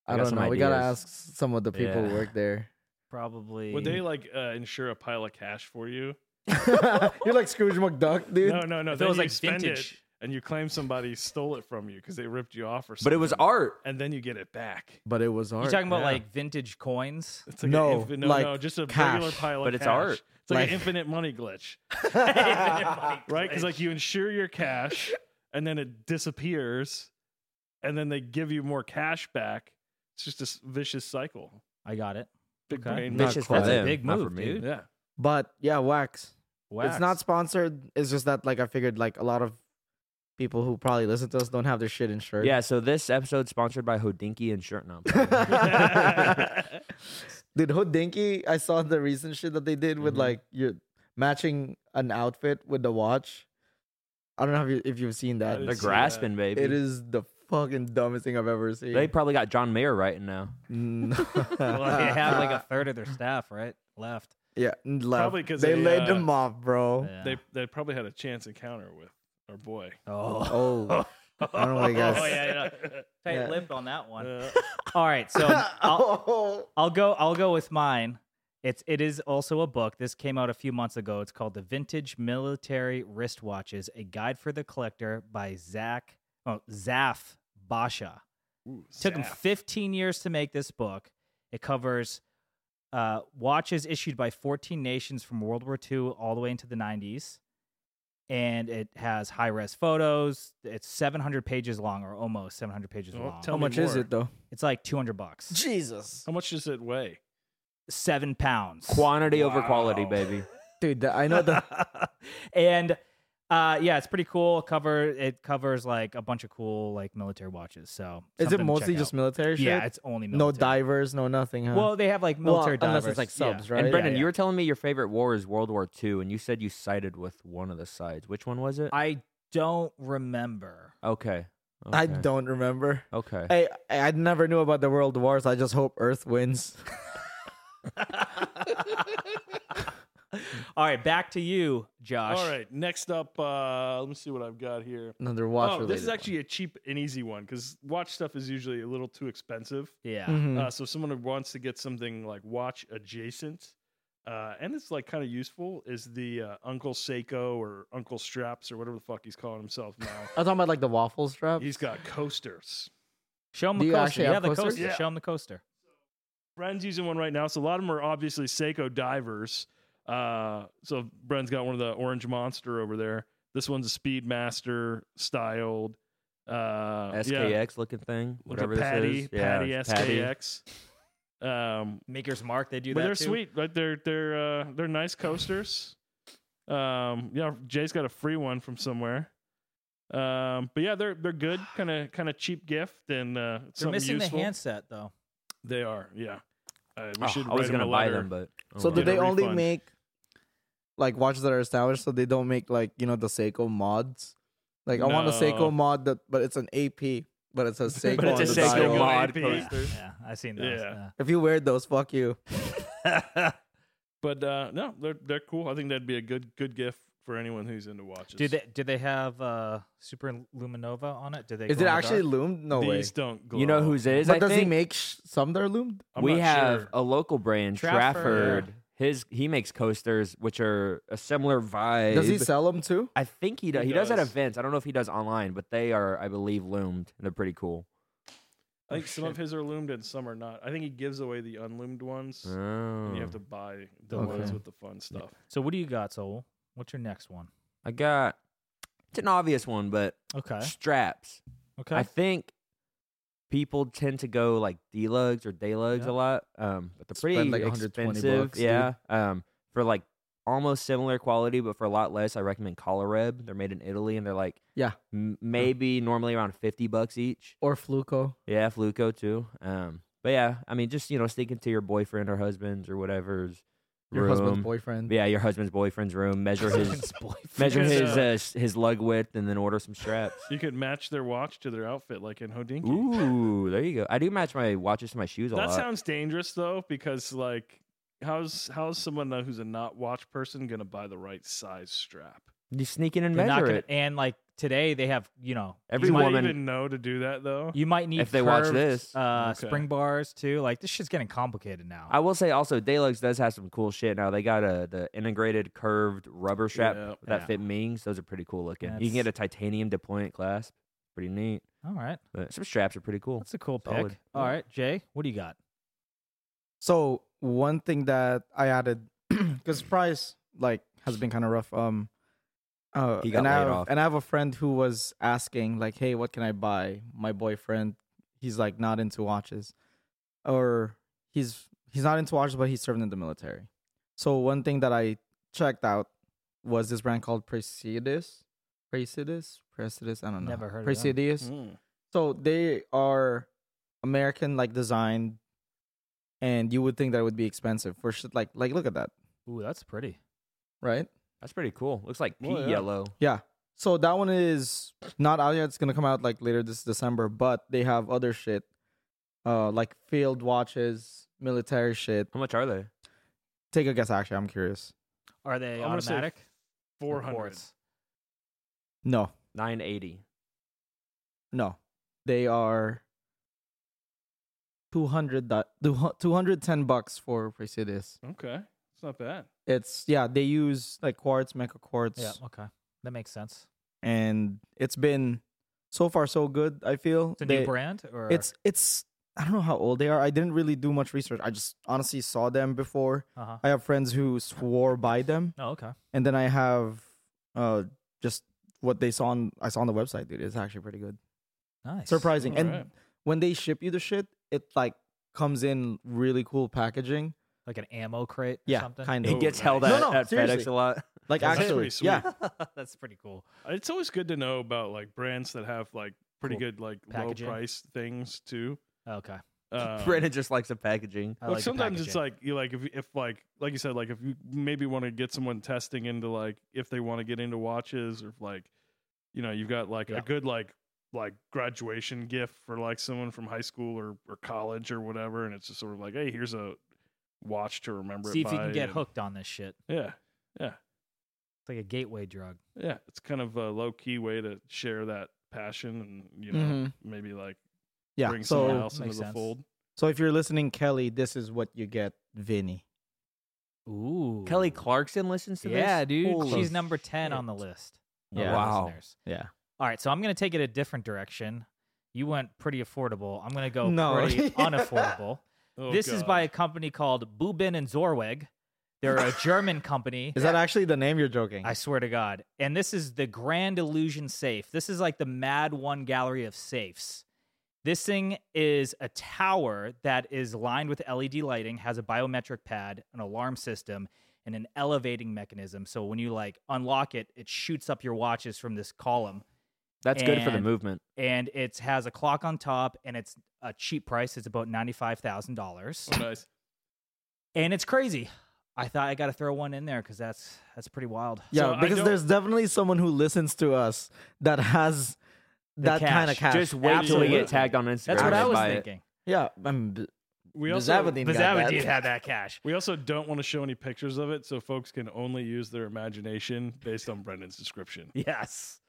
[SPEAKER 3] I
[SPEAKER 2] I
[SPEAKER 3] got
[SPEAKER 2] don't
[SPEAKER 3] some
[SPEAKER 2] know. We gotta
[SPEAKER 3] ideas.
[SPEAKER 2] ask some of the people who
[SPEAKER 3] Yeah.
[SPEAKER 2] work there.
[SPEAKER 1] probably.
[SPEAKER 4] Would they like uh, insure a pile of cash for you?
[SPEAKER 2] You're like Scrooge McDuck, dude.
[SPEAKER 4] No, no, no.
[SPEAKER 1] if it
[SPEAKER 4] then
[SPEAKER 1] was
[SPEAKER 4] you
[SPEAKER 1] like
[SPEAKER 4] spend it
[SPEAKER 1] vintage.
[SPEAKER 4] and you claim somebody stole it from you because they ripped you off or something.
[SPEAKER 3] But it was art.
[SPEAKER 4] and then you get it back.
[SPEAKER 2] But it was art.
[SPEAKER 1] You're talking about
[SPEAKER 4] yeah.
[SPEAKER 1] like vintage coins.
[SPEAKER 4] It's like
[SPEAKER 2] No,
[SPEAKER 4] an infinite, no,
[SPEAKER 2] like
[SPEAKER 4] no, just a regular
[SPEAKER 2] cash,
[SPEAKER 4] pile of
[SPEAKER 3] but it's
[SPEAKER 4] cash.
[SPEAKER 3] art.
[SPEAKER 4] It's like,
[SPEAKER 2] Like-
[SPEAKER 4] an infinite money glitch,
[SPEAKER 1] right?
[SPEAKER 4] right? Because like you insure your cash, and then it disappears, and then they give you more cash back. It's just this vicious cycle.
[SPEAKER 1] I got it.
[SPEAKER 4] Big
[SPEAKER 1] Okay.
[SPEAKER 4] brain.
[SPEAKER 2] Not
[SPEAKER 3] Vicious for
[SPEAKER 2] quite.
[SPEAKER 1] That's a
[SPEAKER 3] them,
[SPEAKER 1] big
[SPEAKER 3] not for
[SPEAKER 1] move,
[SPEAKER 3] me.
[SPEAKER 1] dude.
[SPEAKER 4] Yeah.
[SPEAKER 2] But yeah, wax. It's not
[SPEAKER 1] Wax.
[SPEAKER 2] sponsored. It's just that like I figured like a lot of people who probably listen to us don't have their shit insured.
[SPEAKER 3] Yeah, so this episode's sponsored by Hodinky and Shirt Number.
[SPEAKER 2] Dude, Hodinky, I saw the recent shit that they did with
[SPEAKER 3] Mhm.
[SPEAKER 2] like you're matching an outfit with the watch. I don't know if, you, if you've seen that.
[SPEAKER 4] didn't
[SPEAKER 3] They're
[SPEAKER 4] see that.
[SPEAKER 3] grasping, baby.
[SPEAKER 2] It is the fucking dumbest thing I've ever seen.
[SPEAKER 3] They probably got John Mayer writing now.
[SPEAKER 1] well, they have like a third of their staff right left.
[SPEAKER 2] yeah, and left.
[SPEAKER 4] Probably 'cause
[SPEAKER 2] they,
[SPEAKER 4] they,
[SPEAKER 2] laid
[SPEAKER 4] uh,
[SPEAKER 2] them off, bro.
[SPEAKER 1] Yeah.
[SPEAKER 4] They they probably had a chance encounter with our boy.
[SPEAKER 1] oh.
[SPEAKER 2] Oh, I don't know why you guys.
[SPEAKER 1] Oh, yeah, tight
[SPEAKER 2] Yeah.
[SPEAKER 1] lipped on that one.
[SPEAKER 4] Uh,
[SPEAKER 1] All right, so I'll,
[SPEAKER 2] Oh.
[SPEAKER 1] I'll go. I'll go with mine. It's it is also a book. This came out a few months ago. It's called "The Vintage Military Wristwatches: A Guide for the Collector" by Zach oh, Zaf Basha.
[SPEAKER 4] ooh,
[SPEAKER 1] Took him
[SPEAKER 4] Zaf.
[SPEAKER 1] 15 years to make this book. It covers uh, watches issued by 14 nations from World War II all the way into the 90s. And it has high res photos. It's 700 pages long, or almost 700 pages
[SPEAKER 4] Oh,
[SPEAKER 1] long.
[SPEAKER 4] tell
[SPEAKER 2] How
[SPEAKER 4] me
[SPEAKER 2] much is
[SPEAKER 4] more.
[SPEAKER 2] it though?
[SPEAKER 1] It's like 200 bucks,
[SPEAKER 2] Jesus,
[SPEAKER 4] How much does it weigh?
[SPEAKER 1] seven pounds.
[SPEAKER 3] Quantity over quality,
[SPEAKER 4] Wow.
[SPEAKER 3] baby.
[SPEAKER 2] dude. that- I know that.
[SPEAKER 1] and uh, yeah, it's pretty cool. Cover it covers like a bunch of cool like military watches. So
[SPEAKER 2] Is
[SPEAKER 1] something
[SPEAKER 2] it
[SPEAKER 1] to check
[SPEAKER 2] mostly
[SPEAKER 1] out.
[SPEAKER 2] just military shit?
[SPEAKER 1] yeah? It's only military.
[SPEAKER 2] no divers, no nothing. Huh?
[SPEAKER 1] Well, they have like
[SPEAKER 2] Well,
[SPEAKER 1] military divers.
[SPEAKER 2] unless it's like
[SPEAKER 1] Yeah.
[SPEAKER 2] subs, right?
[SPEAKER 3] And Brendan,
[SPEAKER 1] yeah.
[SPEAKER 3] you were telling me your favorite war is World War II, and you said you sided with one of the sides. Which one was it?
[SPEAKER 1] I don't remember.
[SPEAKER 3] okay.
[SPEAKER 2] I
[SPEAKER 3] okay,
[SPEAKER 2] don't remember.
[SPEAKER 3] Okay.
[SPEAKER 2] I I never knew about the world wars. I just hope Earth wins.
[SPEAKER 1] All right, back to you, Josh.
[SPEAKER 4] All right, next up, uh, let me see what I've got here.
[SPEAKER 2] Another watch.
[SPEAKER 4] oh, this
[SPEAKER 2] related
[SPEAKER 4] is
[SPEAKER 2] one.
[SPEAKER 4] actually a cheap and easy one because watch stuff is usually a little too expensive.
[SPEAKER 1] Yeah.
[SPEAKER 2] Mhm.
[SPEAKER 4] Uh, so if someone who wants to get something like watch adjacent, uh, and it's like kind of useful is the uh, Uncle Seiko or Uncle Straps or whatever the fuck he's calling himself now.
[SPEAKER 2] I'm talking about like the waffle strap.
[SPEAKER 4] he's got coasters.
[SPEAKER 1] Show him the
[SPEAKER 2] Do you
[SPEAKER 1] coaster.
[SPEAKER 2] actually
[SPEAKER 1] Yeah,
[SPEAKER 2] have
[SPEAKER 1] the
[SPEAKER 2] coasters?
[SPEAKER 1] coaster.
[SPEAKER 4] Yeah.
[SPEAKER 1] Show him the coaster.
[SPEAKER 4] Bren's using one right now, so a lot of them are obviously Seiko divers. Uh, so Bren's got one of the orange monster over there. This one's a Speedmaster styled. Uh, yeah,
[SPEAKER 3] SKX looking thing,
[SPEAKER 4] Look at
[SPEAKER 3] whatever
[SPEAKER 4] Patty,
[SPEAKER 3] this is.
[SPEAKER 4] Patty
[SPEAKER 3] yeah, it's
[SPEAKER 4] SKX. Um,
[SPEAKER 1] Maker's Mark. They do
[SPEAKER 4] but
[SPEAKER 1] that
[SPEAKER 4] they're
[SPEAKER 1] too.
[SPEAKER 4] sweet. Like they're they're uh, they're nice coasters. Um, yeah, Jay's got a free one from somewhere. Um, but yeah, they're they're good, kind of kind of cheap gift, and uh, it's
[SPEAKER 1] They're
[SPEAKER 4] something
[SPEAKER 1] missing
[SPEAKER 4] useful.
[SPEAKER 1] the handset though.
[SPEAKER 4] They are, yeah. Uh, we
[SPEAKER 3] Oh,
[SPEAKER 4] should
[SPEAKER 3] I was
[SPEAKER 4] write 'em
[SPEAKER 3] gonna
[SPEAKER 4] a
[SPEAKER 3] buy
[SPEAKER 4] letter.
[SPEAKER 3] them, but oh
[SPEAKER 2] So
[SPEAKER 3] well.
[SPEAKER 2] do
[SPEAKER 4] Get a
[SPEAKER 2] they only
[SPEAKER 4] refund.
[SPEAKER 2] make like watches that are established? So they don't make like you know the Seiko mods. Like I want a
[SPEAKER 4] No.
[SPEAKER 2] Seiko mod that, but it's an AP, but it's a Seiko.
[SPEAKER 3] But it's
[SPEAKER 2] on
[SPEAKER 3] a
[SPEAKER 2] the
[SPEAKER 4] Seiko
[SPEAKER 2] dial.
[SPEAKER 3] Seiko
[SPEAKER 4] mod.
[SPEAKER 3] mod
[SPEAKER 4] AP.
[SPEAKER 3] coasters.
[SPEAKER 1] Yeah, I've seen those.
[SPEAKER 4] Yeah.
[SPEAKER 2] If you wear those, fuck you.
[SPEAKER 1] yeah.
[SPEAKER 4] But uh, no, they're they're cool. I think that'd be a good good gift for anyone who's into watches.
[SPEAKER 1] Did they did they have uh, Super Luminova on it? Did they?
[SPEAKER 2] Is
[SPEAKER 1] glow
[SPEAKER 2] it
[SPEAKER 1] in the
[SPEAKER 2] actually
[SPEAKER 1] dark?
[SPEAKER 2] loomed? No way.
[SPEAKER 4] These don't glow.
[SPEAKER 3] You know whose is?
[SPEAKER 2] But
[SPEAKER 3] I
[SPEAKER 2] does
[SPEAKER 3] think
[SPEAKER 2] he make sh- some that are loomed?
[SPEAKER 4] I'm
[SPEAKER 3] we
[SPEAKER 4] not
[SPEAKER 3] have
[SPEAKER 4] sure.
[SPEAKER 3] a local brand,
[SPEAKER 1] Trafford.
[SPEAKER 3] Trafford. His he makes coasters, which are a similar vibe.
[SPEAKER 2] Does he sell them too?
[SPEAKER 3] I think he does.
[SPEAKER 4] He
[SPEAKER 3] He, does. at
[SPEAKER 4] does.
[SPEAKER 3] events. I don't know if he does online, but they are, I believe, loomed. and They're pretty cool.
[SPEAKER 4] I think some of his are loomed and some are not. I think he gives away the unloomed ones.
[SPEAKER 3] Oh.
[SPEAKER 4] and you have to buy the
[SPEAKER 2] Okay.
[SPEAKER 4] ones with the fun stuff.
[SPEAKER 1] So what do you got, Soul? What's your next one?
[SPEAKER 3] I got. It's an obvious one, but
[SPEAKER 1] Okay.
[SPEAKER 3] straps.
[SPEAKER 1] Okay.
[SPEAKER 3] I think people tend to go like D lugs or day lugs
[SPEAKER 1] Yeah.
[SPEAKER 3] a lot, um, but they're pretty
[SPEAKER 2] Spend, like, 120
[SPEAKER 3] expensive.
[SPEAKER 2] bucks, dude.
[SPEAKER 3] yeah, um, for like almost similar quality, but for a lot less. I recommend Colareb. They're made in Italy, and they're like
[SPEAKER 2] Yeah.
[SPEAKER 3] m- maybe normally around fifty bucks each.
[SPEAKER 2] Or Fluco?
[SPEAKER 3] Yeah, Fluco too. Um, but yeah, I mean, just you know, sticking to your boyfriend or husband's or whatever's
[SPEAKER 2] Your
[SPEAKER 3] room.
[SPEAKER 2] husband's boyfriend.
[SPEAKER 3] Yeah, your husband's boyfriend's room. Measure his
[SPEAKER 1] His boyfriend.
[SPEAKER 3] measure
[SPEAKER 4] Because,
[SPEAKER 3] his
[SPEAKER 4] uh,
[SPEAKER 3] uh, s- his lug width, and then order some straps.
[SPEAKER 4] You could match their watch to their outfit, like in Hodinky.
[SPEAKER 3] Ooh, there you go. I do match my watches to my shoes a
[SPEAKER 4] that
[SPEAKER 3] lot.
[SPEAKER 4] sounds dangerous though, because like, how's how's someone that- who's a not watch person gonna buy the right size strap?
[SPEAKER 3] you sneak in and
[SPEAKER 1] They're not
[SPEAKER 3] measure
[SPEAKER 1] gonna-
[SPEAKER 3] it.
[SPEAKER 1] And like today, they have you know
[SPEAKER 3] Every
[SPEAKER 1] you
[SPEAKER 4] Do
[SPEAKER 1] might,
[SPEAKER 4] they
[SPEAKER 3] woman-
[SPEAKER 4] even know to do that though?
[SPEAKER 1] you might need
[SPEAKER 3] if they watch
[SPEAKER 1] curved,
[SPEAKER 3] this.
[SPEAKER 1] uh,
[SPEAKER 4] Okay.
[SPEAKER 1] spring bars too. Like this shit's getting complicated now.
[SPEAKER 3] I will say also, Deluxe does have some cool shit now. They got a the integrated curved rubber strap
[SPEAKER 4] Yeah.
[SPEAKER 3] that
[SPEAKER 1] Yeah.
[SPEAKER 3] fit Mings. Those are pretty cool looking. You
[SPEAKER 1] That's-
[SPEAKER 3] can get a titanium deployment clasp. Pretty neat.
[SPEAKER 1] All right,
[SPEAKER 3] But some straps are pretty cool.
[SPEAKER 1] that's a cool pick.
[SPEAKER 3] Solid.
[SPEAKER 1] All right, Jay, what do you got?
[SPEAKER 2] So one thing that I added, because price like has been kind of rough. Um, uh,
[SPEAKER 3] He got
[SPEAKER 2] and I
[SPEAKER 3] laid
[SPEAKER 2] have,
[SPEAKER 3] off.
[SPEAKER 2] and I have a friend who was asking like, "Hey, what can I buy?" My boyfriend, he's like not into watches, or he's he's not into watches, but he's serving in the military. So one thing that I checked out was this brand called Presidis, Presidis, Presidis. I don't know.
[SPEAKER 1] Never heard of them.
[SPEAKER 2] Presidis.
[SPEAKER 3] Hmm?
[SPEAKER 4] Mm.
[SPEAKER 2] So they are American like designed, and you would think that would be expensive for shit like like look at that,
[SPEAKER 1] Ooh, that's pretty.
[SPEAKER 2] right?
[SPEAKER 3] That's pretty cool. Looks like pea
[SPEAKER 4] Well, yeah.
[SPEAKER 3] yellow.
[SPEAKER 2] Yeah. So that one is not out yet. It's gonna come out like later this December, but they have other shit, uh, like field watches, military shit.
[SPEAKER 3] How much are they?
[SPEAKER 2] Take a guess. Actually, I'm curious.
[SPEAKER 1] Are they
[SPEAKER 4] I'm gonna say
[SPEAKER 1] automatic? Or
[SPEAKER 4] 400.
[SPEAKER 1] quartz?
[SPEAKER 2] No,
[SPEAKER 3] Nine eighty.
[SPEAKER 2] no, they are. 200 du- 210 bucks for Presidis.
[SPEAKER 4] Okay, it's not bad.
[SPEAKER 2] It's yeah, they use like quartz, mecha quartz.
[SPEAKER 1] Yeah. Okay, that makes sense.
[SPEAKER 2] and it's been so far so good. I feel
[SPEAKER 1] It's a
[SPEAKER 2] They-
[SPEAKER 1] new brand, or
[SPEAKER 2] It's it's I don't know how old they are. I didn't really do much research. I just honestly saw them before.
[SPEAKER 1] uh-huh.
[SPEAKER 2] I have friends who swore by them,
[SPEAKER 1] oh, okay.
[SPEAKER 2] and then I have uh just what they saw on I saw on the website, dude. It's actually pretty good,
[SPEAKER 1] Nice.
[SPEAKER 2] surprising. and
[SPEAKER 4] Alright.
[SPEAKER 2] when they ship you the shit, it like comes in really cool packaging.
[SPEAKER 1] like an ammo crate. Or
[SPEAKER 2] Yeah,
[SPEAKER 1] something?
[SPEAKER 2] kind
[SPEAKER 3] It
[SPEAKER 2] of.
[SPEAKER 4] Oh,
[SPEAKER 3] gets
[SPEAKER 4] nice.
[SPEAKER 3] held
[SPEAKER 2] No,
[SPEAKER 3] at,
[SPEAKER 2] no,
[SPEAKER 3] at
[SPEAKER 2] seriously.
[SPEAKER 3] FedEx a lot.
[SPEAKER 2] Like
[SPEAKER 4] That's
[SPEAKER 2] actually,
[SPEAKER 4] pretty sweet.
[SPEAKER 2] yeah,
[SPEAKER 1] that's pretty cool.
[SPEAKER 4] Uh, It's always good to know about like brands that have like pretty
[SPEAKER 1] Cool.
[SPEAKER 4] good like
[SPEAKER 1] Packaging.
[SPEAKER 4] low price things too.
[SPEAKER 1] Okay.
[SPEAKER 4] Um,
[SPEAKER 3] Brennan just likes the packaging.
[SPEAKER 1] Uh, I
[SPEAKER 4] Look,
[SPEAKER 1] like the
[SPEAKER 4] sometimes it's
[SPEAKER 1] packaging.
[SPEAKER 4] like you like if if like like you said like if you maybe want to get someone testing into like if they want to get into watches or if, like you know you've got like
[SPEAKER 1] Yeah.
[SPEAKER 4] a good like like graduation gift for like someone from high school or or college or whatever and it's just sort of like hey here's a watch to remember
[SPEAKER 1] see
[SPEAKER 4] it
[SPEAKER 1] if you
[SPEAKER 4] by,
[SPEAKER 1] can get
[SPEAKER 4] and-
[SPEAKER 1] hooked on this shit.
[SPEAKER 4] yeah
[SPEAKER 1] It's like a gateway drug.
[SPEAKER 4] yeah it's kind of a low key way to share that passion and you know
[SPEAKER 2] Mhm.
[SPEAKER 4] maybe like
[SPEAKER 2] yeah.
[SPEAKER 4] bring someone
[SPEAKER 2] So
[SPEAKER 4] else into
[SPEAKER 1] Makes
[SPEAKER 4] the
[SPEAKER 1] sense.
[SPEAKER 4] fold
[SPEAKER 2] so if you're listening, Kelly, this is what you get, Vinny.
[SPEAKER 1] Ooh,
[SPEAKER 3] Kelly Clarkson listens to this.
[SPEAKER 1] Yeah, dude,
[SPEAKER 3] Holy
[SPEAKER 1] she's number ten on
[SPEAKER 3] shit.
[SPEAKER 1] the list. of
[SPEAKER 2] Yeah.
[SPEAKER 3] Wow.
[SPEAKER 1] listeners.
[SPEAKER 2] Yeah.
[SPEAKER 1] All right, so I'm gonna take it a different direction. You went pretty affordable. I'm gonna go
[SPEAKER 2] No.
[SPEAKER 1] pretty unaffordable.
[SPEAKER 4] Oh,
[SPEAKER 1] this is by a
[SPEAKER 4] God.
[SPEAKER 1] company called Bubin and Zorweg. They're a German company.
[SPEAKER 2] Is that actually the name? You're joking.
[SPEAKER 1] I swear to God. And this is the Grand Illusion safe. This is like the Mad One gallery of safes. This thing is a tower that is lined with LED lighting, has a biometric pad, an alarm system, and an elevating mechanism. So when you like unlock it, it shoots up your watches from this column.
[SPEAKER 3] That's good for the
[SPEAKER 1] And-
[SPEAKER 3] movement.
[SPEAKER 1] And it has a clock on top and it's a cheap price. It's about $95,000.
[SPEAKER 4] oh, nice
[SPEAKER 1] And it's crazy. I thought I got to throw one in there because that's that's pretty wild.
[SPEAKER 4] So
[SPEAKER 2] Yeah,
[SPEAKER 4] I
[SPEAKER 2] because
[SPEAKER 4] don't-
[SPEAKER 2] there's definitely someone who listens to us that has that kind of
[SPEAKER 1] cash.
[SPEAKER 2] cash.
[SPEAKER 3] Just wait till we
[SPEAKER 1] Absolutely.
[SPEAKER 3] get tagged on Instagram.
[SPEAKER 1] That's what I
[SPEAKER 3] and
[SPEAKER 1] was
[SPEAKER 3] buy it.
[SPEAKER 1] thinking.
[SPEAKER 2] yeah, I'm,
[SPEAKER 4] we also
[SPEAKER 2] Bizavadin got that.
[SPEAKER 1] Bizavadin had that cash.
[SPEAKER 4] we also don't want to show any pictures of it, so folks can only use their imagination based on Brendan's description.
[SPEAKER 1] Yes.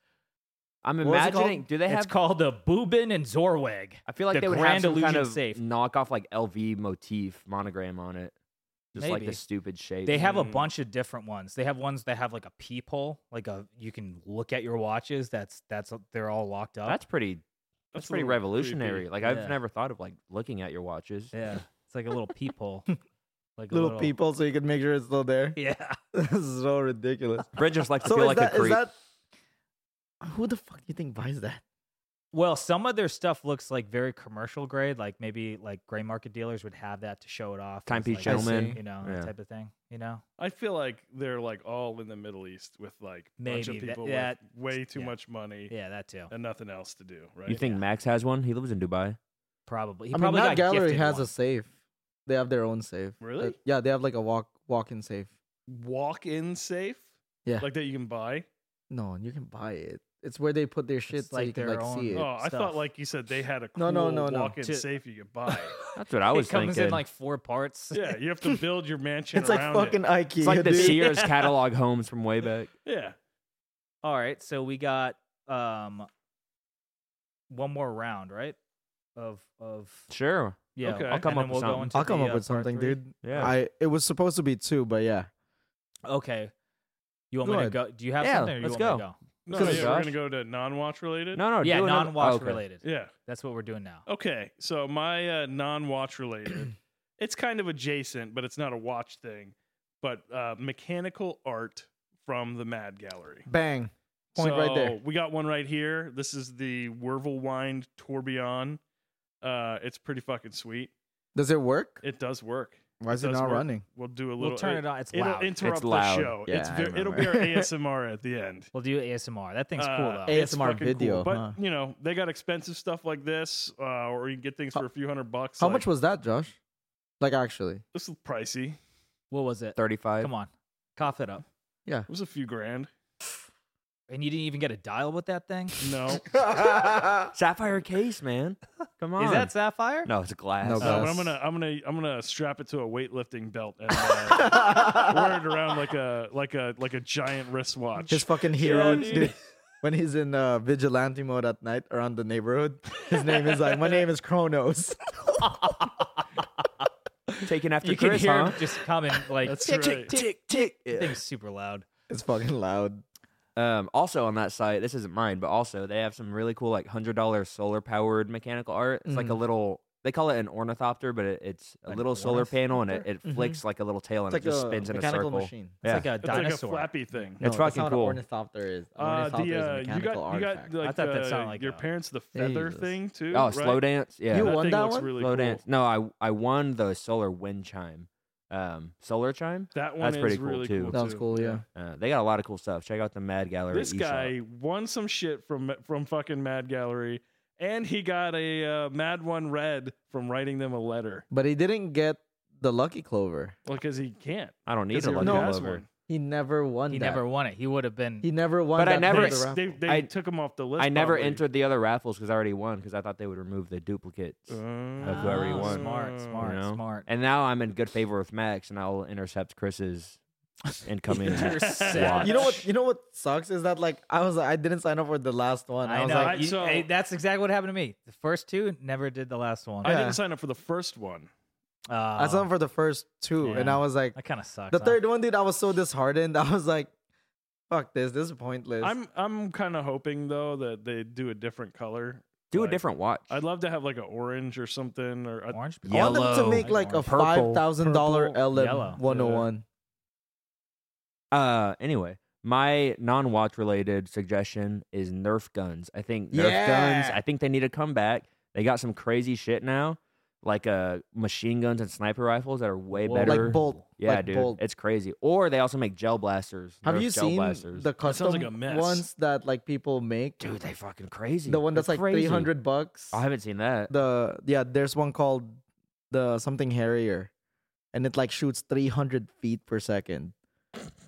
[SPEAKER 3] I'm
[SPEAKER 2] was it called?
[SPEAKER 3] imagining. Do they
[SPEAKER 1] it's
[SPEAKER 3] have?
[SPEAKER 1] called the Boobin and Zorweg.
[SPEAKER 3] I feel like
[SPEAKER 1] the
[SPEAKER 3] they would
[SPEAKER 1] Grand
[SPEAKER 3] have some kind
[SPEAKER 1] Illusion
[SPEAKER 3] of
[SPEAKER 1] safe.
[SPEAKER 3] knockoff like LV motif monogram on it, just like
[SPEAKER 1] Maybe.
[SPEAKER 3] the stupid shape.
[SPEAKER 1] They have a
[SPEAKER 4] Mm.
[SPEAKER 1] bunch of different ones. They have ones that have like a peephole, like a you can look at your watches. That's that's they're all locked up.
[SPEAKER 3] That's pretty. That's,
[SPEAKER 4] a
[SPEAKER 3] pretty
[SPEAKER 4] little
[SPEAKER 3] revolutionary.
[SPEAKER 4] creepy.
[SPEAKER 3] Like
[SPEAKER 1] Yeah.
[SPEAKER 3] I've never thought of like looking at your watches.
[SPEAKER 1] yeah, it's like a little peephole, like a
[SPEAKER 2] Little people, so you can make sure it's still there.
[SPEAKER 1] Yeah,
[SPEAKER 2] this is so ridiculous.
[SPEAKER 3] Brent just likes to
[SPEAKER 2] so
[SPEAKER 3] feel
[SPEAKER 2] is
[SPEAKER 3] like
[SPEAKER 2] that-
[SPEAKER 3] a
[SPEAKER 2] is
[SPEAKER 3] creep.
[SPEAKER 2] that- who the fuck do you think buys that?
[SPEAKER 1] Well, some of their stuff looks like very commercial grade, like maybe like gray market dealers would have that to show it off. as,
[SPEAKER 3] Timepiece
[SPEAKER 1] like,
[SPEAKER 3] gentleman.
[SPEAKER 1] you know,
[SPEAKER 3] Yeah.
[SPEAKER 1] that type of thing. You know,
[SPEAKER 4] I feel like they're like all in the Middle East with like bunch of
[SPEAKER 1] Maybe. That-
[SPEAKER 4] people
[SPEAKER 1] that-
[SPEAKER 4] with way too
[SPEAKER 1] yeah.
[SPEAKER 4] much money
[SPEAKER 1] yeah, that too.
[SPEAKER 4] and nothing else to do. Right?
[SPEAKER 3] You think Max has one? He lives in Dubai.
[SPEAKER 1] Probably. He
[SPEAKER 2] I mean,
[SPEAKER 1] probably
[SPEAKER 2] Mac
[SPEAKER 1] got
[SPEAKER 2] Gallery
[SPEAKER 1] gifted
[SPEAKER 2] has
[SPEAKER 1] one.
[SPEAKER 2] a safe. They have their own safe.
[SPEAKER 4] Really?
[SPEAKER 2] Uh, yeah, they have like a walk walk-in safe.
[SPEAKER 4] walk-in safe?
[SPEAKER 2] Yeah.
[SPEAKER 4] Like that you can buy?
[SPEAKER 2] No, you can buy it. It's where they put their shit so
[SPEAKER 1] like
[SPEAKER 2] you can
[SPEAKER 1] their
[SPEAKER 2] like
[SPEAKER 1] own-
[SPEAKER 2] see it.
[SPEAKER 1] Yeah,
[SPEAKER 4] Oh, I
[SPEAKER 1] stuff.
[SPEAKER 4] thought like you said they had a
[SPEAKER 2] No,
[SPEAKER 4] cool
[SPEAKER 2] no, no, no.
[SPEAKER 4] walk-in
[SPEAKER 1] To-
[SPEAKER 4] safe you could buy.
[SPEAKER 3] That's what I was
[SPEAKER 1] it comes
[SPEAKER 3] thinking.
[SPEAKER 1] in like four parts.
[SPEAKER 4] yeah, you have to build your mansion
[SPEAKER 2] it's like
[SPEAKER 4] around
[SPEAKER 2] fucking
[SPEAKER 4] it.
[SPEAKER 2] IKEA.
[SPEAKER 3] it's like the
[SPEAKER 2] dude.
[SPEAKER 3] Sears catalog homes from way back.
[SPEAKER 4] Yeah.
[SPEAKER 1] All right, so we got um one more round, right? Of of
[SPEAKER 3] Sure.
[SPEAKER 1] yeah.
[SPEAKER 4] Okay.
[SPEAKER 3] I'll come
[SPEAKER 1] and
[SPEAKER 3] up
[SPEAKER 1] then
[SPEAKER 3] with
[SPEAKER 1] we'll go
[SPEAKER 3] something.
[SPEAKER 1] into
[SPEAKER 2] I'll come
[SPEAKER 1] the,
[SPEAKER 2] up
[SPEAKER 1] uh,
[SPEAKER 2] with
[SPEAKER 1] part
[SPEAKER 2] something,
[SPEAKER 1] three.
[SPEAKER 2] dude.
[SPEAKER 3] Yeah.
[SPEAKER 2] I it was supposed to be two, but yeah.
[SPEAKER 1] Okay. You want
[SPEAKER 2] Go
[SPEAKER 1] me to
[SPEAKER 2] ahead.
[SPEAKER 1] go? Do you have
[SPEAKER 3] Yeah,
[SPEAKER 1] something? Or you
[SPEAKER 3] let's
[SPEAKER 1] want me to
[SPEAKER 4] No, yeah,
[SPEAKER 3] Because-
[SPEAKER 4] we're going to
[SPEAKER 3] Josh?
[SPEAKER 4] go to non-watch related.
[SPEAKER 3] no, no.
[SPEAKER 1] go? Yeah,
[SPEAKER 3] do another-
[SPEAKER 1] non-watch
[SPEAKER 3] oh, okay.
[SPEAKER 1] related.
[SPEAKER 4] Yeah.
[SPEAKER 1] That's what we're doing now.
[SPEAKER 4] Okay. So my uh, non-watch related, it's kind of adjacent, but it's not a watch thing, but uh, mechanical art from the Mad Gallery.
[SPEAKER 2] Bang. Point right there.
[SPEAKER 4] So, We got one right here. This is the Wervel Wind Tourbillon. Uh, it's pretty fucking sweet.
[SPEAKER 2] Does it work?
[SPEAKER 4] It does work.
[SPEAKER 2] Why is it,
[SPEAKER 4] does
[SPEAKER 2] not
[SPEAKER 4] work.
[SPEAKER 2] running?
[SPEAKER 4] We'll do a little.
[SPEAKER 1] We'll turn it on. It's
[SPEAKER 4] It'll
[SPEAKER 1] loud.
[SPEAKER 4] interrupt
[SPEAKER 3] It's loud.
[SPEAKER 4] the show.
[SPEAKER 2] Yeah,
[SPEAKER 4] it's
[SPEAKER 2] I
[SPEAKER 4] ver- it'll be our
[SPEAKER 2] remember.
[SPEAKER 4] ASMR at the end.
[SPEAKER 1] we'll do ASMR. That thing's cool
[SPEAKER 4] Uh,
[SPEAKER 1] though.
[SPEAKER 4] it's
[SPEAKER 2] ASMR
[SPEAKER 4] fucking cool.
[SPEAKER 2] video,
[SPEAKER 4] But
[SPEAKER 2] huh?
[SPEAKER 4] you know, they got expensive stuff like this, uh, or you can get things for a few hundred bucks.
[SPEAKER 2] How
[SPEAKER 4] like-
[SPEAKER 2] much was that, Josh? Like actually.
[SPEAKER 4] this? Was pricey. It
[SPEAKER 1] What was it?
[SPEAKER 3] Thirty-five.
[SPEAKER 1] Come on, cough it up.
[SPEAKER 4] was a few grand.
[SPEAKER 1] And you didn't even get a dial with that thing.
[SPEAKER 4] No,
[SPEAKER 3] Sapphire case, man. Come on.
[SPEAKER 1] Is that sapphire?
[SPEAKER 3] No, it's glass.
[SPEAKER 2] No
[SPEAKER 4] No, but
[SPEAKER 2] Us.
[SPEAKER 4] I'm gonna I'm gonna I'm gonna strap it to a weightlifting belt and uh, wear it around like a like a like a giant wristwatch.
[SPEAKER 2] His fucking hero,
[SPEAKER 4] dude.
[SPEAKER 2] dude. When he's in uh, vigilante mode at night around the neighborhood, his name is like, my name is Kronos.
[SPEAKER 3] Taken after
[SPEAKER 1] You can
[SPEAKER 3] Chris,
[SPEAKER 1] hear
[SPEAKER 3] huh?
[SPEAKER 1] him just coming like
[SPEAKER 4] That's
[SPEAKER 1] tick, tick,
[SPEAKER 4] right.
[SPEAKER 1] tick, tick.
[SPEAKER 3] Yeah.
[SPEAKER 1] Thing's super loud.
[SPEAKER 2] It's fucking loud.
[SPEAKER 3] Um, also on that site, this isn't mine, but also they have some really cool like hundred dollar solar powered mechanical art. It's like a little they call it an ornithopter, but it, it's a
[SPEAKER 1] An
[SPEAKER 3] little solar panel and it, it
[SPEAKER 2] Mhm.
[SPEAKER 3] flicks like a little tail and
[SPEAKER 2] It's like
[SPEAKER 3] it just
[SPEAKER 2] a
[SPEAKER 3] spins in a
[SPEAKER 2] mechanical
[SPEAKER 3] circle.
[SPEAKER 2] machine.
[SPEAKER 1] It's
[SPEAKER 3] Yeah.
[SPEAKER 1] like a
[SPEAKER 4] it's like a
[SPEAKER 1] dinosaur.
[SPEAKER 4] flappy thing.
[SPEAKER 3] It's
[SPEAKER 2] that's
[SPEAKER 3] fucking
[SPEAKER 2] not
[SPEAKER 3] cool.
[SPEAKER 2] What ornithopter is. An
[SPEAKER 4] Uh,
[SPEAKER 2] ornithopter
[SPEAKER 4] the
[SPEAKER 2] is a
[SPEAKER 4] uh, you
[SPEAKER 2] mechanical
[SPEAKER 4] got you got
[SPEAKER 2] artifact.
[SPEAKER 4] like
[SPEAKER 1] I thought that
[SPEAKER 4] uh,
[SPEAKER 1] sounded like
[SPEAKER 4] your
[SPEAKER 1] a-
[SPEAKER 4] parents the feather
[SPEAKER 2] Jesus.
[SPEAKER 4] thing too.
[SPEAKER 3] oh,
[SPEAKER 4] right?
[SPEAKER 3] slow dance. Yeah.
[SPEAKER 2] You
[SPEAKER 4] That
[SPEAKER 2] won
[SPEAKER 4] thing
[SPEAKER 2] that
[SPEAKER 4] looks
[SPEAKER 2] one?
[SPEAKER 4] Really
[SPEAKER 3] slow
[SPEAKER 4] cool.
[SPEAKER 3] dance. No, I I won the solar wind chime. Um solar chime?
[SPEAKER 4] That one
[SPEAKER 3] That's
[SPEAKER 4] is
[SPEAKER 3] pretty cool,
[SPEAKER 4] really
[SPEAKER 3] too.
[SPEAKER 4] cool.
[SPEAKER 2] That was cool, yeah.
[SPEAKER 3] Uh, they got a lot of cool stuff. Check out the Mad Gallery.
[SPEAKER 4] This
[SPEAKER 3] eShop.
[SPEAKER 4] guy won some shit from from fucking Mad Gallery, and he got a uh, Mad One Red from writing them a letter
[SPEAKER 2] But he didn't get the lucky clover.
[SPEAKER 4] because he can't.
[SPEAKER 3] I don't need
[SPEAKER 4] 'cause
[SPEAKER 3] a
[SPEAKER 4] he
[SPEAKER 3] lucky
[SPEAKER 4] already
[SPEAKER 2] No.
[SPEAKER 4] has
[SPEAKER 3] lover.
[SPEAKER 4] one.
[SPEAKER 2] He never won.
[SPEAKER 1] He
[SPEAKER 2] that.
[SPEAKER 1] never won it. He would have been.
[SPEAKER 2] He never won.
[SPEAKER 3] But I
[SPEAKER 2] that
[SPEAKER 3] never-
[SPEAKER 2] part of the
[SPEAKER 4] They,
[SPEAKER 2] raffle.
[SPEAKER 4] they
[SPEAKER 3] I-
[SPEAKER 4] took him off the list.
[SPEAKER 3] I never
[SPEAKER 4] probably.
[SPEAKER 3] entered the other raffles because I already won because I thought they would remove the duplicates.
[SPEAKER 4] Uh,
[SPEAKER 3] Of whoever you
[SPEAKER 1] Ah,
[SPEAKER 3] want.
[SPEAKER 1] Smart, smart,
[SPEAKER 3] know?
[SPEAKER 1] smart.
[SPEAKER 3] And now I'm in good favor with Max, and I'll intercept Chris's incoming.
[SPEAKER 1] Intercept.
[SPEAKER 3] watch.
[SPEAKER 2] You know what? You know what sucks is that like I was I didn't sign up for the last one. I,
[SPEAKER 1] I
[SPEAKER 2] was
[SPEAKER 1] know.
[SPEAKER 2] like,
[SPEAKER 4] like,
[SPEAKER 1] you-
[SPEAKER 4] so-
[SPEAKER 1] hey, that's exactly what happened to me. The first two never did the last one.
[SPEAKER 4] I
[SPEAKER 1] Uh,
[SPEAKER 4] didn't sign up for the first one.
[SPEAKER 1] I,
[SPEAKER 2] I signed up for the first two, and
[SPEAKER 1] Yeah.
[SPEAKER 2] I was like,
[SPEAKER 1] kind of sucks.
[SPEAKER 2] the
[SPEAKER 1] huh?
[SPEAKER 2] third one, dude. I was so disheartened. I was like, fuck this. This is pointless.
[SPEAKER 4] I'm I'm kind of hoping though that they do a different color.
[SPEAKER 3] Do a
[SPEAKER 4] Like,
[SPEAKER 3] different watch.
[SPEAKER 4] I'd love to have like an orange or something or a,
[SPEAKER 1] Uh, orange.
[SPEAKER 2] I want them to
[SPEAKER 3] Yellow.
[SPEAKER 2] make like a
[SPEAKER 1] Orange.
[SPEAKER 3] Purple.
[SPEAKER 2] five thousand dollar
[SPEAKER 4] Purple.
[SPEAKER 2] LM
[SPEAKER 1] Yellow.
[SPEAKER 2] one hundred one.
[SPEAKER 3] Uh, anyway, my non-watch related suggestion is Nerf guns. I think Nerf guns.
[SPEAKER 2] Yeah.
[SPEAKER 3] I think they need to come back. They got some crazy shit now, like uh machine guns and sniper rifles that are way
[SPEAKER 1] Whoa.
[SPEAKER 3] better.
[SPEAKER 2] Like bolt.
[SPEAKER 3] Yeah,
[SPEAKER 2] like
[SPEAKER 3] dude,
[SPEAKER 2] Bolt.
[SPEAKER 3] it's crazy. Or they also make gel blasters.
[SPEAKER 2] Have
[SPEAKER 3] Nerf
[SPEAKER 2] you
[SPEAKER 3] gel
[SPEAKER 2] seen
[SPEAKER 3] blasters?
[SPEAKER 2] the custom
[SPEAKER 4] sounds like a mess.
[SPEAKER 2] ones that like people make?
[SPEAKER 3] dude? They fucking crazy.
[SPEAKER 2] the one
[SPEAKER 3] They're
[SPEAKER 2] that's like
[SPEAKER 3] crazy.
[SPEAKER 2] three hundred bucks.
[SPEAKER 3] I haven't seen that.
[SPEAKER 2] the yeah there's one called the something harrier and it like shoots 300 feet per second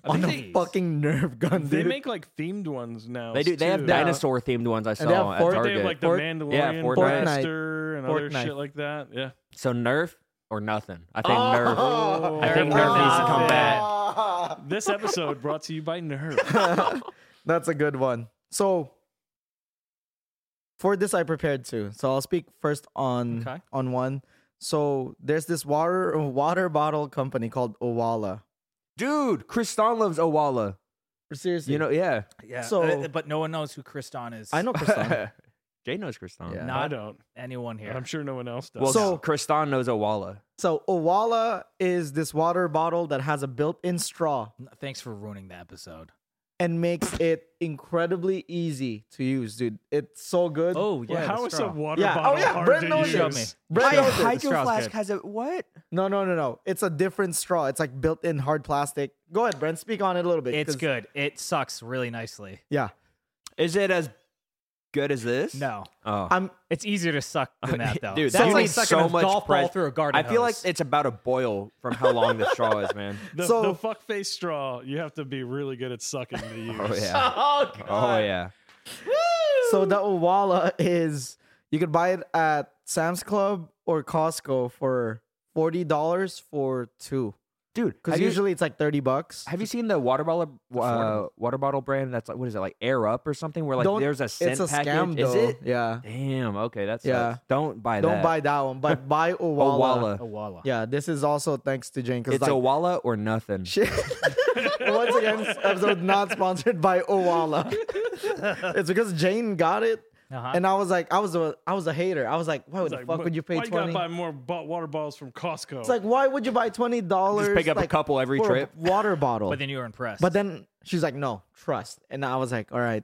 [SPEAKER 2] on a
[SPEAKER 1] Jeez.
[SPEAKER 2] fucking nerf gun
[SPEAKER 4] They
[SPEAKER 2] dude.
[SPEAKER 4] make like themed ones now.
[SPEAKER 3] They do. They have
[SPEAKER 4] too.
[SPEAKER 2] Yeah.
[SPEAKER 3] dinosaur themed ones. I saw
[SPEAKER 2] they have
[SPEAKER 3] at
[SPEAKER 2] Fort-
[SPEAKER 4] But
[SPEAKER 3] Target.
[SPEAKER 4] They have like the
[SPEAKER 2] Fort-
[SPEAKER 4] Mandalorian
[SPEAKER 3] yeah, Fortnite.
[SPEAKER 4] blaster and other
[SPEAKER 2] Fortnite.
[SPEAKER 4] shit like that. Yeah.
[SPEAKER 3] so Nerf or nothing. I think Nerf. I think
[SPEAKER 4] Nerf
[SPEAKER 3] Nerf needs to
[SPEAKER 4] is
[SPEAKER 3] come
[SPEAKER 4] bad.
[SPEAKER 3] back.
[SPEAKER 4] This episode brought to you by Nerf.
[SPEAKER 2] That's a good one. So for this I prepared too. So I'll speak first on
[SPEAKER 4] Okay.
[SPEAKER 2] on one. So there's this water water bottle company called Owala.
[SPEAKER 3] Dude, Kristan loves Owala.
[SPEAKER 2] Seriously.
[SPEAKER 3] You know, yeah.
[SPEAKER 1] Yeah.
[SPEAKER 2] So-
[SPEAKER 1] uh, but no one knows who Kriston is.
[SPEAKER 2] I know Kristan.
[SPEAKER 3] Jay knows Kristan.
[SPEAKER 2] Yeah.
[SPEAKER 4] I
[SPEAKER 1] Not
[SPEAKER 4] don't.
[SPEAKER 1] anyone here.
[SPEAKER 4] and I'm sure no one else does.
[SPEAKER 3] Well,
[SPEAKER 2] So-
[SPEAKER 3] so Kristan knows Owala.
[SPEAKER 2] so Owala is this water bottle that has a built-in straw
[SPEAKER 1] Thanks for ruining the episode.
[SPEAKER 2] and makes it incredibly easy to use, dude. It's so good.
[SPEAKER 1] Oh yeah.
[SPEAKER 4] Well, how is a water
[SPEAKER 2] Yeah. Oh,
[SPEAKER 4] bottle
[SPEAKER 2] yeah,
[SPEAKER 4] hard
[SPEAKER 2] Brett
[SPEAKER 4] to
[SPEAKER 2] knows
[SPEAKER 1] you showed
[SPEAKER 4] use?
[SPEAKER 1] me?
[SPEAKER 2] Brett knows it.
[SPEAKER 1] Straw's good.
[SPEAKER 3] has a what?
[SPEAKER 2] No, no, no, no. It's a different straw. It's like built in hard plastic. Go ahead, Brent. Speak on it a little bit.
[SPEAKER 1] It's
[SPEAKER 2] 'cause-
[SPEAKER 1] good. It sucks really nicely.
[SPEAKER 2] Yeah.
[SPEAKER 3] Is it as good as this?
[SPEAKER 1] No,
[SPEAKER 3] Oh.
[SPEAKER 2] I'm
[SPEAKER 1] it's easier to suck than that though.
[SPEAKER 3] Dude,
[SPEAKER 1] that's
[SPEAKER 2] you
[SPEAKER 1] like
[SPEAKER 2] need
[SPEAKER 1] sucking
[SPEAKER 3] so
[SPEAKER 1] a
[SPEAKER 3] much
[SPEAKER 1] golf ball
[SPEAKER 3] pres-
[SPEAKER 1] through a garden.
[SPEAKER 3] I feel like
[SPEAKER 1] hose.
[SPEAKER 3] it's about a boil from how long the straw is, man.
[SPEAKER 4] The,
[SPEAKER 2] So-
[SPEAKER 4] the fuck face straw, you have to be really good at sucking to use.
[SPEAKER 3] Oh yeah.
[SPEAKER 1] oh god.
[SPEAKER 3] Oh yeah.
[SPEAKER 2] so the Owala is you could buy it at Sam's Club or Costco for forty dollars for two.
[SPEAKER 3] Dude,
[SPEAKER 2] Because
[SPEAKER 3] have you-
[SPEAKER 2] usually it's like thirty bucks.
[SPEAKER 3] have you seen the water bottle uh,
[SPEAKER 2] Affordable.
[SPEAKER 3] water bottle brand that's like what is it like Air Up or something where like
[SPEAKER 2] Don't-
[SPEAKER 3] there's a scent
[SPEAKER 2] it's a
[SPEAKER 3] package?
[SPEAKER 2] scam
[SPEAKER 3] is
[SPEAKER 2] though.
[SPEAKER 3] it?
[SPEAKER 2] Yeah.
[SPEAKER 3] Damn. Okay, that's
[SPEAKER 2] Yeah.
[SPEAKER 3] Don't buy
[SPEAKER 2] Don't
[SPEAKER 3] that.
[SPEAKER 2] buy that one, but buy Owala.
[SPEAKER 3] Owala.
[SPEAKER 1] A walla.
[SPEAKER 2] Yeah, this is also thanks to Jane because
[SPEAKER 3] It's
[SPEAKER 2] like,
[SPEAKER 3] Owala or nothing.
[SPEAKER 2] Shit. Once again, this episode not sponsored by Owala. it's because Jane got it,
[SPEAKER 1] Uh-huh.
[SPEAKER 2] and I was like, I was a, I was a hater. I was like, why
[SPEAKER 4] It's
[SPEAKER 2] the
[SPEAKER 4] like,
[SPEAKER 2] fuck
[SPEAKER 4] wh-
[SPEAKER 2] would you pay
[SPEAKER 4] Why you gotta
[SPEAKER 2] twenty?
[SPEAKER 4] buy more bo- water bottles from Costco?
[SPEAKER 2] It's like, why would you buy twenty dollars?
[SPEAKER 3] Just pick up a couple every
[SPEAKER 2] for a
[SPEAKER 3] trip.
[SPEAKER 2] water bottle.
[SPEAKER 1] But then you were impressed.
[SPEAKER 2] but then she's like, no, trust. And I was like, all right,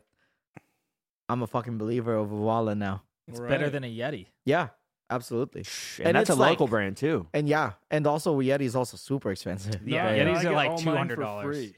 [SPEAKER 2] I'm a fucking believer of Owala now.
[SPEAKER 1] it's
[SPEAKER 4] Right.
[SPEAKER 1] better than a yeti.
[SPEAKER 2] Yeah, absolutely.
[SPEAKER 3] And,
[SPEAKER 2] And
[SPEAKER 3] that's a
[SPEAKER 2] it's like-
[SPEAKER 3] local brand too.
[SPEAKER 2] And yeah, and also Yeti is also super expensive.
[SPEAKER 4] No,
[SPEAKER 1] Yeah,
[SPEAKER 4] no,
[SPEAKER 1] Yetis
[SPEAKER 4] I
[SPEAKER 1] are
[SPEAKER 4] got
[SPEAKER 1] like
[SPEAKER 4] all mine for
[SPEAKER 1] $200.
[SPEAKER 4] free.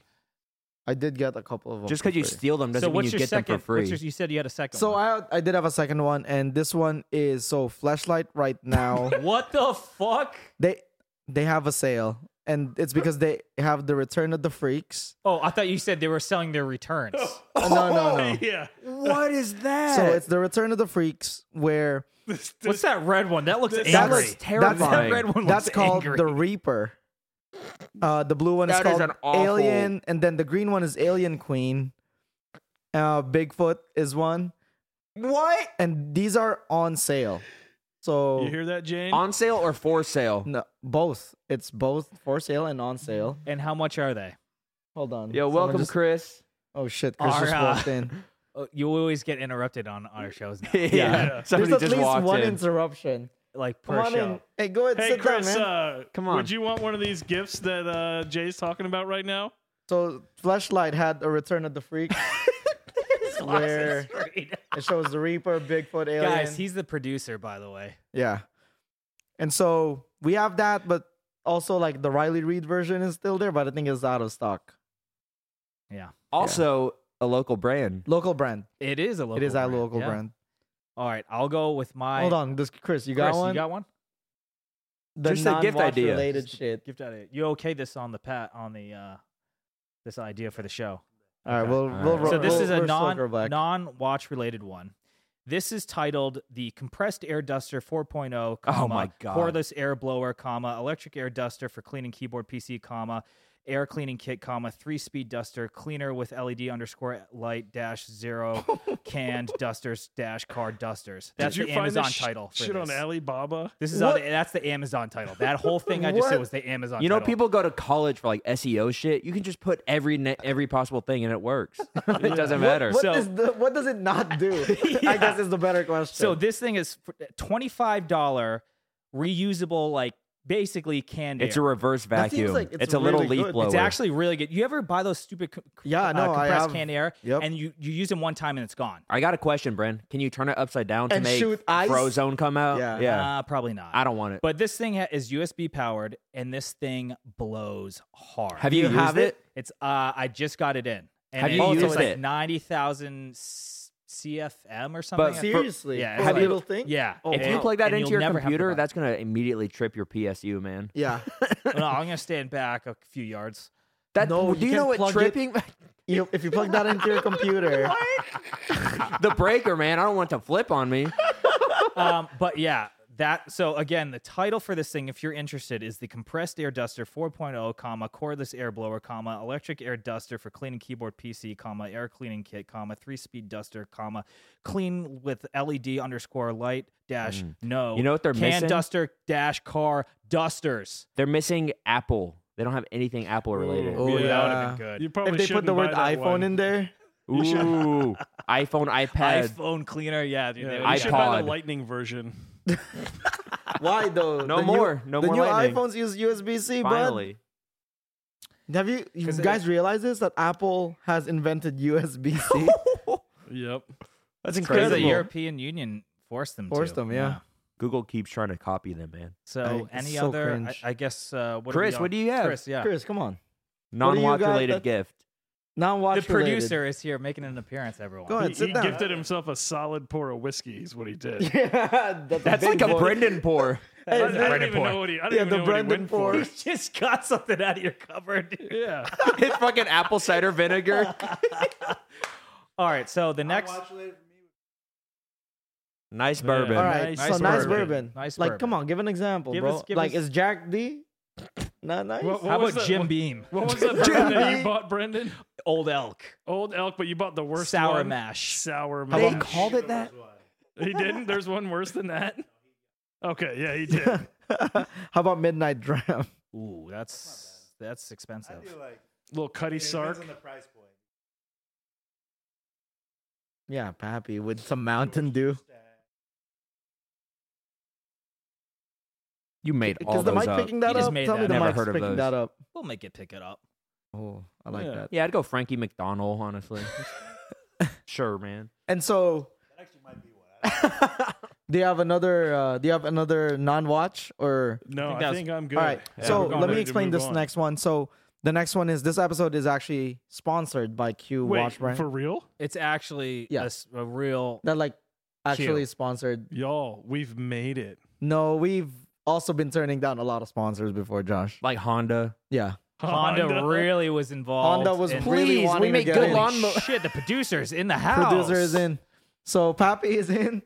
[SPEAKER 2] I did get a couple of them.
[SPEAKER 3] Just because
[SPEAKER 2] for
[SPEAKER 3] you
[SPEAKER 2] free.
[SPEAKER 3] steal them doesn't
[SPEAKER 1] so
[SPEAKER 3] mean
[SPEAKER 1] what's your
[SPEAKER 3] you get
[SPEAKER 1] second?
[SPEAKER 3] them for free.
[SPEAKER 1] what's your- you said you had a second.
[SPEAKER 2] So
[SPEAKER 1] one.
[SPEAKER 2] I I did have a second one, and this one is so flashlight right now.
[SPEAKER 1] what the fuck?
[SPEAKER 2] they they have a sale, and it's because they have the return of the freaks.
[SPEAKER 1] Oh, I thought you said they were selling their returns.
[SPEAKER 2] No, no,
[SPEAKER 3] Oh.
[SPEAKER 2] no.
[SPEAKER 4] Yeah.
[SPEAKER 3] what is that?
[SPEAKER 2] So it's the return of the freaks where
[SPEAKER 4] This-
[SPEAKER 1] What's
[SPEAKER 4] this-
[SPEAKER 1] that red one? That looks
[SPEAKER 4] That
[SPEAKER 1] angry.
[SPEAKER 2] looks
[SPEAKER 1] That
[SPEAKER 3] terrifying.
[SPEAKER 1] red one
[SPEAKER 2] that's
[SPEAKER 1] looks
[SPEAKER 2] called
[SPEAKER 1] angry.
[SPEAKER 2] the Reaper. Uh, the blue one is
[SPEAKER 3] That is
[SPEAKER 2] called
[SPEAKER 3] an awful-
[SPEAKER 2] Alien, and then the green one is Alien Queen. Uh, Bigfoot is one,
[SPEAKER 3] what
[SPEAKER 2] and these are on sale. So Oh.
[SPEAKER 4] You hear that, Jane?
[SPEAKER 3] on sale or for sale?
[SPEAKER 2] no, both. It's both for sale and on sale.
[SPEAKER 1] and how much are they?
[SPEAKER 2] Hold on.
[SPEAKER 3] Yo,
[SPEAKER 2] Someone
[SPEAKER 3] welcome,
[SPEAKER 2] just-
[SPEAKER 3] Chris.
[SPEAKER 2] Oh shit, Chris
[SPEAKER 1] Our,
[SPEAKER 2] just
[SPEAKER 1] uh,
[SPEAKER 2] walked in.
[SPEAKER 1] Oh, you always get interrupted on our shows now.
[SPEAKER 4] Yeah.
[SPEAKER 3] somebody
[SPEAKER 2] There's at
[SPEAKER 3] just
[SPEAKER 2] least
[SPEAKER 3] walked
[SPEAKER 2] one
[SPEAKER 3] in.
[SPEAKER 2] interruption.
[SPEAKER 1] Like
[SPEAKER 2] Come
[SPEAKER 1] per
[SPEAKER 2] on
[SPEAKER 1] show.
[SPEAKER 2] in. Hey, go ahead,
[SPEAKER 4] Hey
[SPEAKER 2] sit
[SPEAKER 4] Chris,
[SPEAKER 2] down, man.
[SPEAKER 4] uh,
[SPEAKER 3] Come on.
[SPEAKER 4] Would you want one of these gifts that uh, Jay's talking about right now?
[SPEAKER 2] so, Fleshlight had a Return of the Freak. where it shows the Reaper, Bigfoot, Alien.
[SPEAKER 1] Guys, he's the producer, by the way.
[SPEAKER 2] yeah. And so we have that, but also like the Riley Reed version is still there, but I think it's out of stock.
[SPEAKER 1] Yeah.
[SPEAKER 3] also, a local brand.
[SPEAKER 2] Local brand.
[SPEAKER 1] It is a local
[SPEAKER 2] it is
[SPEAKER 1] brand.
[SPEAKER 2] our local
[SPEAKER 1] yeah.
[SPEAKER 2] brand.
[SPEAKER 1] All right, I'll go with my
[SPEAKER 2] Hold on, this Chris, you got
[SPEAKER 1] Chris,
[SPEAKER 2] one?
[SPEAKER 1] You got one?
[SPEAKER 2] the
[SPEAKER 3] Just a gift
[SPEAKER 2] non-watch
[SPEAKER 3] idea.
[SPEAKER 2] Related shit.
[SPEAKER 1] Gift idea. You okay this on the pat on the uh this idea for the show.
[SPEAKER 2] All right,
[SPEAKER 1] Okay.
[SPEAKER 2] we'll,
[SPEAKER 3] All
[SPEAKER 2] we'll
[SPEAKER 3] right.
[SPEAKER 2] ro-
[SPEAKER 1] so this
[SPEAKER 2] we'll-
[SPEAKER 1] is a
[SPEAKER 2] we'll
[SPEAKER 1] non
[SPEAKER 2] circle back.
[SPEAKER 1] non watch related one. This is titled the compressed air duster 4.0, comma,
[SPEAKER 3] Oh my God.
[SPEAKER 1] cordless air blower, comma, electric air duster for cleaning keyboard PC, comma, air cleaning kit, comma, three speed duster cleaner with LED underscore light dash zero canned dusters dash car dusters. That's
[SPEAKER 4] Did you
[SPEAKER 1] the
[SPEAKER 4] find
[SPEAKER 1] Amazon
[SPEAKER 4] this sh-
[SPEAKER 1] title. For
[SPEAKER 4] Shit
[SPEAKER 1] this.
[SPEAKER 4] on Alibaba.
[SPEAKER 1] This is on
[SPEAKER 2] What?
[SPEAKER 1] the, that's the Amazon title. That whole thing I just said
[SPEAKER 2] What?
[SPEAKER 1] was the Amazon.
[SPEAKER 3] You know,
[SPEAKER 1] title.
[SPEAKER 3] people go to college for like SEO shit. You can just put every ne- every possible thing and it works. it doesn't matter.
[SPEAKER 2] What,
[SPEAKER 1] So-
[SPEAKER 2] is the, what does it not do? I guess is the better question.
[SPEAKER 1] So this thing is twenty five dollar reusable, like basically canned
[SPEAKER 3] it's a
[SPEAKER 1] air.
[SPEAKER 3] reverse
[SPEAKER 2] That seems
[SPEAKER 3] vacuum.
[SPEAKER 2] like it's
[SPEAKER 3] a little
[SPEAKER 2] really
[SPEAKER 3] leaf
[SPEAKER 2] good. It's
[SPEAKER 3] blower.
[SPEAKER 1] it's actually really good. You ever buy those stupid co- co-
[SPEAKER 2] Yeah,
[SPEAKER 1] uh,
[SPEAKER 2] no, I
[SPEAKER 1] compressed
[SPEAKER 2] have-
[SPEAKER 1] canned air,
[SPEAKER 2] Yep.
[SPEAKER 1] and you you use them one time and it's gone.
[SPEAKER 3] I got a question, Bren. Can you turn it upside down to
[SPEAKER 2] And
[SPEAKER 3] make
[SPEAKER 2] shoot ice?
[SPEAKER 3] Frozone come out?
[SPEAKER 2] Yeah.
[SPEAKER 1] Uh, probably not.
[SPEAKER 3] I don't want it.
[SPEAKER 1] But this thing ha- is USB powered, and this thing blows hard.
[SPEAKER 3] have you,
[SPEAKER 2] you
[SPEAKER 3] used
[SPEAKER 2] have
[SPEAKER 3] it?
[SPEAKER 1] It's uh, I just got it in. And
[SPEAKER 3] Have
[SPEAKER 1] it-
[SPEAKER 3] you
[SPEAKER 1] it's
[SPEAKER 3] used
[SPEAKER 1] like
[SPEAKER 3] it?
[SPEAKER 1] Ninety thousand CFM or something. I forget.
[SPEAKER 2] seriously,
[SPEAKER 1] yeah,
[SPEAKER 2] for
[SPEAKER 1] have
[SPEAKER 2] a
[SPEAKER 1] you-
[SPEAKER 2] little thing?
[SPEAKER 1] Yeah.
[SPEAKER 2] Oh,
[SPEAKER 1] And
[SPEAKER 3] If you
[SPEAKER 1] you'll-
[SPEAKER 2] wow.
[SPEAKER 3] plug that
[SPEAKER 1] and
[SPEAKER 3] into
[SPEAKER 1] you'll
[SPEAKER 3] your
[SPEAKER 1] never have to
[SPEAKER 3] computer,
[SPEAKER 1] buy-
[SPEAKER 3] that's gonna immediately trip your PSU, man.
[SPEAKER 2] Yeah.
[SPEAKER 1] no, I'm gonna stand back a few yards.
[SPEAKER 3] That
[SPEAKER 2] No,
[SPEAKER 3] do
[SPEAKER 2] you
[SPEAKER 3] you,
[SPEAKER 2] can
[SPEAKER 3] know what
[SPEAKER 2] plug it-
[SPEAKER 3] tripping?
[SPEAKER 2] You, if you plug that into your computer,
[SPEAKER 3] the breaker, man. I don't want it to flip on me.
[SPEAKER 1] Um, but yeah, That so again, the title for this thing, if you're interested, is the compressed air duster 4.0, comma cordless air blower, comma electric air duster for cleaning keyboard PC, comma air cleaning kit, comma three speed duster, comma clean with LED underscore light dash
[SPEAKER 3] Mm.
[SPEAKER 1] no.
[SPEAKER 3] You know what they're
[SPEAKER 1] can
[SPEAKER 3] missing?
[SPEAKER 1] duster dash car dusters.
[SPEAKER 3] They're missing Apple. They don't have anything Apple related.
[SPEAKER 2] Oh,
[SPEAKER 1] Ooh, that would have
[SPEAKER 2] yeah.
[SPEAKER 1] been good.
[SPEAKER 4] You probably
[SPEAKER 2] if they put
[SPEAKER 4] shouldn't
[SPEAKER 2] the word
[SPEAKER 4] buy that
[SPEAKER 2] iPhone
[SPEAKER 4] one.
[SPEAKER 2] in there,
[SPEAKER 4] you should-
[SPEAKER 3] Ooh, iPhone, iPad.
[SPEAKER 1] iPhone cleaner, yeah, dude.
[SPEAKER 4] Yeah,
[SPEAKER 1] they
[SPEAKER 4] you
[SPEAKER 1] would-
[SPEAKER 4] should buy
[SPEAKER 3] iPod.
[SPEAKER 4] the Lightning version.
[SPEAKER 2] why though?
[SPEAKER 3] No
[SPEAKER 2] The new-
[SPEAKER 3] more. No
[SPEAKER 2] the
[SPEAKER 3] more
[SPEAKER 2] new
[SPEAKER 3] lightning.
[SPEAKER 2] iPhones use USB C, but
[SPEAKER 3] Finally,
[SPEAKER 2] have you you
[SPEAKER 1] 'Cause it-
[SPEAKER 2] guys realize this that Apple has invented USB C?
[SPEAKER 4] Yep.
[SPEAKER 1] Crazy
[SPEAKER 3] that's
[SPEAKER 1] the
[SPEAKER 3] incredible.
[SPEAKER 1] European Union forced them.
[SPEAKER 2] Forced
[SPEAKER 1] to.
[SPEAKER 2] them, yeah.
[SPEAKER 3] Google keeps trying to copy them, man.
[SPEAKER 1] So
[SPEAKER 2] I- it's
[SPEAKER 1] any
[SPEAKER 2] so
[SPEAKER 1] other?
[SPEAKER 2] cringe.
[SPEAKER 1] I, I guess. Uh, what are
[SPEAKER 3] Chris,
[SPEAKER 1] we on?
[SPEAKER 3] what do you have?
[SPEAKER 1] Chris, yeah.
[SPEAKER 2] Chris, come on, do you
[SPEAKER 3] Non-watch
[SPEAKER 2] got
[SPEAKER 3] related
[SPEAKER 2] that-
[SPEAKER 3] gift.
[SPEAKER 1] the
[SPEAKER 2] non-watch
[SPEAKER 1] producer is here making an appearance. Everyone.
[SPEAKER 2] Go ahead,
[SPEAKER 4] He,
[SPEAKER 2] sit
[SPEAKER 4] he
[SPEAKER 2] down.
[SPEAKER 4] gifted himself a solid pour of whiskey. Is what he did.
[SPEAKER 2] yeah, that's,
[SPEAKER 3] That's
[SPEAKER 2] big
[SPEAKER 3] like a
[SPEAKER 2] boy.
[SPEAKER 3] Brendan pour.
[SPEAKER 4] I, I don't
[SPEAKER 1] Brendan
[SPEAKER 4] even
[SPEAKER 1] pour.
[SPEAKER 4] know what he. I don't
[SPEAKER 2] Yeah,
[SPEAKER 4] even
[SPEAKER 2] the
[SPEAKER 4] know
[SPEAKER 2] Brendan
[SPEAKER 4] what he
[SPEAKER 1] You
[SPEAKER 4] went
[SPEAKER 1] just got something out of your cupboard.
[SPEAKER 4] for. Yeah.
[SPEAKER 3] it's fucking apple cider vinegar.
[SPEAKER 1] All right. So the next.
[SPEAKER 3] Nice
[SPEAKER 4] Yeah.
[SPEAKER 3] bourbon.
[SPEAKER 2] All right,
[SPEAKER 1] Nice-
[SPEAKER 2] so
[SPEAKER 1] nice
[SPEAKER 2] nice
[SPEAKER 1] bourbon.
[SPEAKER 2] bourbon.
[SPEAKER 1] Nice
[SPEAKER 2] like,
[SPEAKER 1] bourbon.
[SPEAKER 2] come on, give an example,
[SPEAKER 1] Give
[SPEAKER 2] bro.
[SPEAKER 1] us- give
[SPEAKER 2] like,
[SPEAKER 1] us-
[SPEAKER 2] is Jack D not nice?
[SPEAKER 4] What- what
[SPEAKER 1] How
[SPEAKER 4] was
[SPEAKER 1] about
[SPEAKER 4] that-
[SPEAKER 1] Jim
[SPEAKER 4] what-
[SPEAKER 1] Beam?
[SPEAKER 4] What was that bourbon that you bought, Brendan?
[SPEAKER 1] Old elk.
[SPEAKER 4] Old Elk, but you bought the worst
[SPEAKER 1] sour
[SPEAKER 4] one.
[SPEAKER 1] mash.
[SPEAKER 4] Sour
[SPEAKER 2] How about-
[SPEAKER 4] mash.
[SPEAKER 3] called it that.
[SPEAKER 4] He didn't. There's one worse than that. Okay, yeah, he did. A
[SPEAKER 2] How about Midnight Dram?
[SPEAKER 1] Ooh, that's that's expensive.
[SPEAKER 4] little Cuddy Sark.
[SPEAKER 2] Yeah, Pappy with some Mountain Dew.
[SPEAKER 3] You made all
[SPEAKER 2] Is the
[SPEAKER 3] those uh,
[SPEAKER 2] mic
[SPEAKER 3] up.
[SPEAKER 2] picking that
[SPEAKER 1] He just
[SPEAKER 2] up?
[SPEAKER 1] made
[SPEAKER 2] Tell
[SPEAKER 1] that
[SPEAKER 2] me the
[SPEAKER 1] up. Never
[SPEAKER 2] mic's
[SPEAKER 3] heard of
[SPEAKER 2] picking
[SPEAKER 3] those.
[SPEAKER 2] that up.
[SPEAKER 1] We'll make it pick it up.
[SPEAKER 2] Oh, I like
[SPEAKER 4] Yeah.
[SPEAKER 2] that.
[SPEAKER 3] Yeah, I'd go Frankie McDonald, honestly. sure, man.
[SPEAKER 2] And so, do you have another? Uh, do you have another non-watch or?
[SPEAKER 4] No,
[SPEAKER 1] think
[SPEAKER 4] I think,
[SPEAKER 1] that's-
[SPEAKER 4] I'm good.
[SPEAKER 2] All right.
[SPEAKER 4] Yeah,
[SPEAKER 2] so
[SPEAKER 4] we're going
[SPEAKER 2] let
[SPEAKER 4] to
[SPEAKER 2] me
[SPEAKER 4] need to
[SPEAKER 2] explain
[SPEAKER 4] move
[SPEAKER 2] this
[SPEAKER 4] on.
[SPEAKER 2] next one. So the next one is this episode is actually sponsored by Q
[SPEAKER 4] Wait,
[SPEAKER 2] Watch Brand.
[SPEAKER 4] for real,
[SPEAKER 1] It's actually
[SPEAKER 2] Yeah.
[SPEAKER 1] a s- a, real.
[SPEAKER 2] that like actually sponsored.
[SPEAKER 4] y'all? We've made it.
[SPEAKER 2] No, we've also been turning down a lot of sponsors before, Josh.
[SPEAKER 3] Like Honda.
[SPEAKER 2] Yeah.
[SPEAKER 1] Honda, really was involved.
[SPEAKER 2] Honda was
[SPEAKER 1] in-
[SPEAKER 2] Really
[SPEAKER 3] Please,
[SPEAKER 2] wanting
[SPEAKER 3] we
[SPEAKER 2] to
[SPEAKER 3] make
[SPEAKER 2] get
[SPEAKER 3] good
[SPEAKER 2] in.
[SPEAKER 3] lawn.
[SPEAKER 1] Holy shit, the producer's in the house.
[SPEAKER 2] producer is in. So Pappy is in.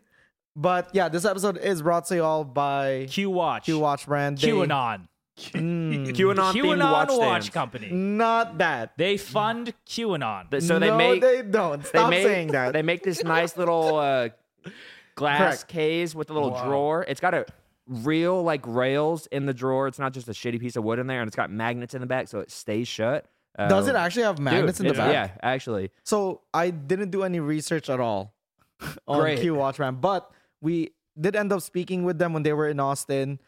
[SPEAKER 2] But yeah, this episode is brought to you all by
[SPEAKER 1] Q Watch.
[SPEAKER 2] Q Watch Brand. They-
[SPEAKER 1] QAnon.
[SPEAKER 2] Mm,
[SPEAKER 3] QAnon, themed
[SPEAKER 1] QAnon
[SPEAKER 3] watch,
[SPEAKER 1] Watch,
[SPEAKER 3] stands.
[SPEAKER 1] Company.
[SPEAKER 2] not that.
[SPEAKER 1] They fund QAnon.
[SPEAKER 3] Th- So they
[SPEAKER 2] no,
[SPEAKER 3] make
[SPEAKER 2] they don't.
[SPEAKER 3] they
[SPEAKER 2] Stop
[SPEAKER 3] make
[SPEAKER 2] saying that.
[SPEAKER 3] they make this nice little uh, glass
[SPEAKER 2] Correct.
[SPEAKER 3] case with a little drawer. It's got a real like rails in the drawer. It's not just a shitty piece of wood in there, and it's got magnets in the back, so it stays shut. Uh,
[SPEAKER 2] Does it actually have
[SPEAKER 3] dude,
[SPEAKER 2] magnets in the
[SPEAKER 3] it's-
[SPEAKER 2] back?
[SPEAKER 3] Yeah, actually.
[SPEAKER 2] So I didn't do any research at all on
[SPEAKER 3] Great.
[SPEAKER 2] Q Watchman, but we did end up speaking with them when they were in Austin,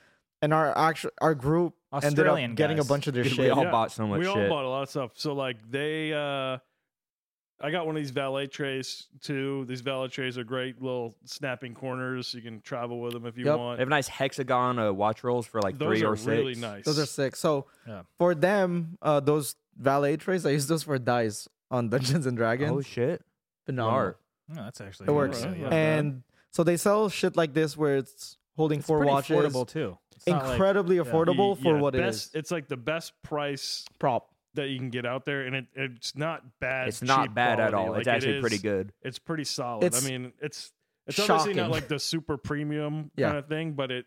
[SPEAKER 2] and our actual our group ended
[SPEAKER 1] Australian
[SPEAKER 2] up getting
[SPEAKER 1] guys.
[SPEAKER 2] a bunch of their
[SPEAKER 3] Dude, we
[SPEAKER 2] shit.
[SPEAKER 3] all bought so much
[SPEAKER 4] we all
[SPEAKER 3] shit.
[SPEAKER 4] bought a lot of stuff. So like they, uh I got one of these valet trays too. These valet trays are great little snapping corners. You can travel with them if you
[SPEAKER 2] Yep.
[SPEAKER 3] They
[SPEAKER 4] want.
[SPEAKER 3] have nice hexagon uh, watch rolls for like
[SPEAKER 4] Those
[SPEAKER 3] three
[SPEAKER 4] are
[SPEAKER 3] or six.
[SPEAKER 4] really nice.
[SPEAKER 2] Those are sick. So
[SPEAKER 1] Yeah.
[SPEAKER 2] for them, uh, those valet trays, I use those for dice on Dungeons and Dragons.
[SPEAKER 3] Oh shit!
[SPEAKER 2] Phenomenal.
[SPEAKER 3] Art.
[SPEAKER 1] No, Oh, that's actually
[SPEAKER 2] It works.
[SPEAKER 4] Alright, yeah.
[SPEAKER 2] And so they sell shit like this where it's holding
[SPEAKER 1] it's
[SPEAKER 2] four
[SPEAKER 1] pretty
[SPEAKER 2] watches.
[SPEAKER 1] affordable too. It's not like-
[SPEAKER 2] Incredibly
[SPEAKER 1] yeah.
[SPEAKER 2] affordable
[SPEAKER 4] The-
[SPEAKER 2] for
[SPEAKER 4] yeah,
[SPEAKER 2] what it
[SPEAKER 4] best-
[SPEAKER 2] is.
[SPEAKER 4] It's like the best price
[SPEAKER 2] Prop.
[SPEAKER 4] that you can get out there, and it, it's not bad.
[SPEAKER 3] It's not
[SPEAKER 4] cheap
[SPEAKER 3] bad at
[SPEAKER 4] quality.
[SPEAKER 3] all. it's
[SPEAKER 4] Like, it
[SPEAKER 3] actually pretty
[SPEAKER 4] is-
[SPEAKER 3] good.
[SPEAKER 4] It's pretty solid.
[SPEAKER 2] It's
[SPEAKER 4] I mean, it's it's obviously
[SPEAKER 2] shocking.
[SPEAKER 4] not like the super premium
[SPEAKER 2] Yeah.
[SPEAKER 4] kind of thing, but it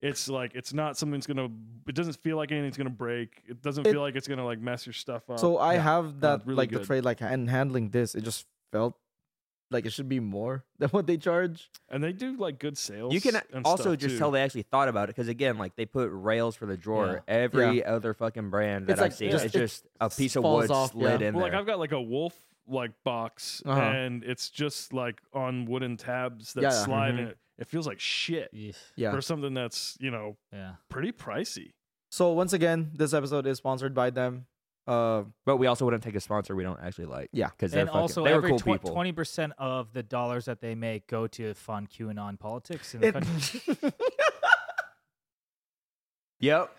[SPEAKER 4] it's like it's not something that's gonna. It doesn't feel like anything's gonna break. It doesn't
[SPEAKER 2] It-
[SPEAKER 4] feel like it's gonna like mess your stuff up.
[SPEAKER 2] So I
[SPEAKER 4] Yeah.
[SPEAKER 2] have that
[SPEAKER 4] really
[SPEAKER 2] like the
[SPEAKER 4] good.
[SPEAKER 2] trade like and handling this, it just felt like it should be more than what they charge.
[SPEAKER 4] and they do like good sales.
[SPEAKER 3] You can
[SPEAKER 4] and
[SPEAKER 3] also
[SPEAKER 4] stuff,
[SPEAKER 3] just
[SPEAKER 4] too.
[SPEAKER 3] tell they actually thought about it because again, like they put rails for the drawer. Every other fucking brand that
[SPEAKER 2] It's
[SPEAKER 3] I've
[SPEAKER 2] like
[SPEAKER 3] seen,
[SPEAKER 2] just-
[SPEAKER 3] it's
[SPEAKER 2] it
[SPEAKER 3] just a piece of
[SPEAKER 2] falls
[SPEAKER 3] wood
[SPEAKER 2] off,
[SPEAKER 3] slid
[SPEAKER 2] yeah.
[SPEAKER 3] in
[SPEAKER 4] Well, like
[SPEAKER 3] there.
[SPEAKER 4] I've got like a wolf like box,
[SPEAKER 2] Uh-huh.
[SPEAKER 4] and it's just like on wooden tabs that
[SPEAKER 2] Yeah, yeah.
[SPEAKER 4] slide,
[SPEAKER 1] Mm-hmm.
[SPEAKER 3] Mhm.
[SPEAKER 4] and it, it feels like shit
[SPEAKER 2] Yeah.
[SPEAKER 4] for something that's you know
[SPEAKER 1] Yeah.
[SPEAKER 4] pretty pricey.
[SPEAKER 2] So once again, this episode is sponsored by them. Uh
[SPEAKER 3] but we also wouldn't take a sponsor we don't actually like.
[SPEAKER 2] Yeah.
[SPEAKER 3] because they're
[SPEAKER 1] And
[SPEAKER 3] fucking,
[SPEAKER 1] also,
[SPEAKER 3] they were
[SPEAKER 1] every
[SPEAKER 3] cool
[SPEAKER 1] tw-
[SPEAKER 3] people.
[SPEAKER 1] 20% of the dollars that they make go to fund QAnon politics in the
[SPEAKER 2] it-
[SPEAKER 1] country.
[SPEAKER 3] yep,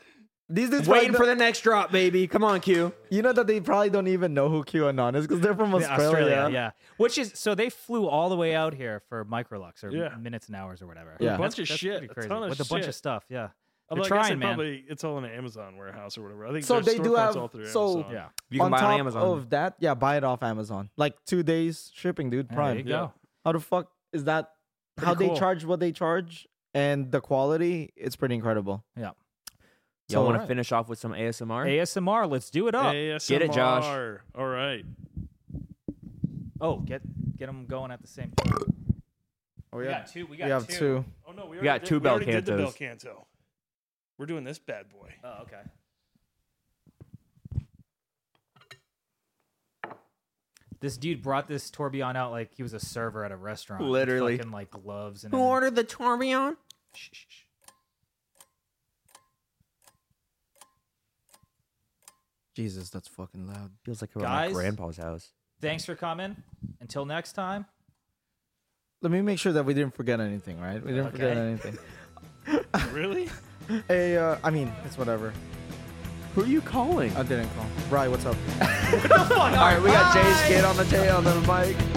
[SPEAKER 2] these dudes
[SPEAKER 3] waiting
[SPEAKER 2] probably
[SPEAKER 3] for the next drop, baby. Come on, Q.
[SPEAKER 2] don't- you know that they probably don't even know who QAnon is because they're from
[SPEAKER 1] Yeah,
[SPEAKER 2] Australia.
[SPEAKER 1] yeah. Which is so they flew all the way out here for Microlux or
[SPEAKER 4] Yeah.
[SPEAKER 1] minutes and hours or whatever.
[SPEAKER 2] Yeah.
[SPEAKER 4] A bunch of
[SPEAKER 1] That's
[SPEAKER 4] shit,
[SPEAKER 1] pretty
[SPEAKER 4] a
[SPEAKER 1] crazy.
[SPEAKER 4] ton of
[SPEAKER 1] with a bunch
[SPEAKER 4] shit.
[SPEAKER 1] of stuff. Yeah, they're
[SPEAKER 4] Although I guess
[SPEAKER 1] trying,
[SPEAKER 4] it
[SPEAKER 1] man.
[SPEAKER 4] Probably, it's all in an Amazon warehouse or whatever. I think
[SPEAKER 2] So
[SPEAKER 4] their
[SPEAKER 2] they do
[SPEAKER 4] storefronts
[SPEAKER 2] have-
[SPEAKER 4] all through
[SPEAKER 2] so-
[SPEAKER 4] Amazon.
[SPEAKER 1] yeah,
[SPEAKER 3] You can
[SPEAKER 2] on
[SPEAKER 3] buy
[SPEAKER 2] top
[SPEAKER 3] on Amazon.
[SPEAKER 2] of that, yeah, buy it off Amazon. Like two days shipping, dude.
[SPEAKER 1] Yeah, there
[SPEAKER 2] Prime.
[SPEAKER 1] you
[SPEAKER 4] Yeah.
[SPEAKER 1] go.
[SPEAKER 2] How the fuck is that?
[SPEAKER 4] Pretty
[SPEAKER 2] how they
[SPEAKER 4] cool.
[SPEAKER 2] charge what they charge and the quality it's pretty incredible.
[SPEAKER 3] Y'all
[SPEAKER 2] So-
[SPEAKER 3] want to
[SPEAKER 1] Alright.
[SPEAKER 3] finish off with some ASMR?
[SPEAKER 1] ASMR, let's do it up.
[SPEAKER 4] ASMR.
[SPEAKER 3] Oh, Get it, Josh.
[SPEAKER 4] All right.
[SPEAKER 1] oh, get get them going at the same.
[SPEAKER 2] Oh
[SPEAKER 1] We got two. We got
[SPEAKER 2] we have two.
[SPEAKER 4] Oh no, we,
[SPEAKER 3] got
[SPEAKER 4] already did-
[SPEAKER 3] two
[SPEAKER 4] we already did the
[SPEAKER 3] Bel
[SPEAKER 4] bel canto. We're doing this bad boy.
[SPEAKER 1] Oh, okay. This dude brought this tourbillon out like he was a server at a restaurant. with
[SPEAKER 3] Literally.
[SPEAKER 1] fucking, like gloves and
[SPEAKER 3] Who
[SPEAKER 1] everything.
[SPEAKER 3] ordered the tourbillon?
[SPEAKER 1] Shh, shh, shh.
[SPEAKER 2] Jesus, that's fucking loud.
[SPEAKER 3] Feels like we're at my
[SPEAKER 1] Guys?
[SPEAKER 3] grandpa's house.
[SPEAKER 1] Thanks for coming. Until next time.
[SPEAKER 2] Let me make sure that we didn't forget anything, right? We didn't forget
[SPEAKER 1] Okay.
[SPEAKER 2] anything.
[SPEAKER 4] really?
[SPEAKER 2] Hey, uh, I mean, it's whatever.
[SPEAKER 3] Who are you calling?
[SPEAKER 2] I didn't call. Right, what's up?
[SPEAKER 3] All right, we got Jay's kid on the tail on the mic.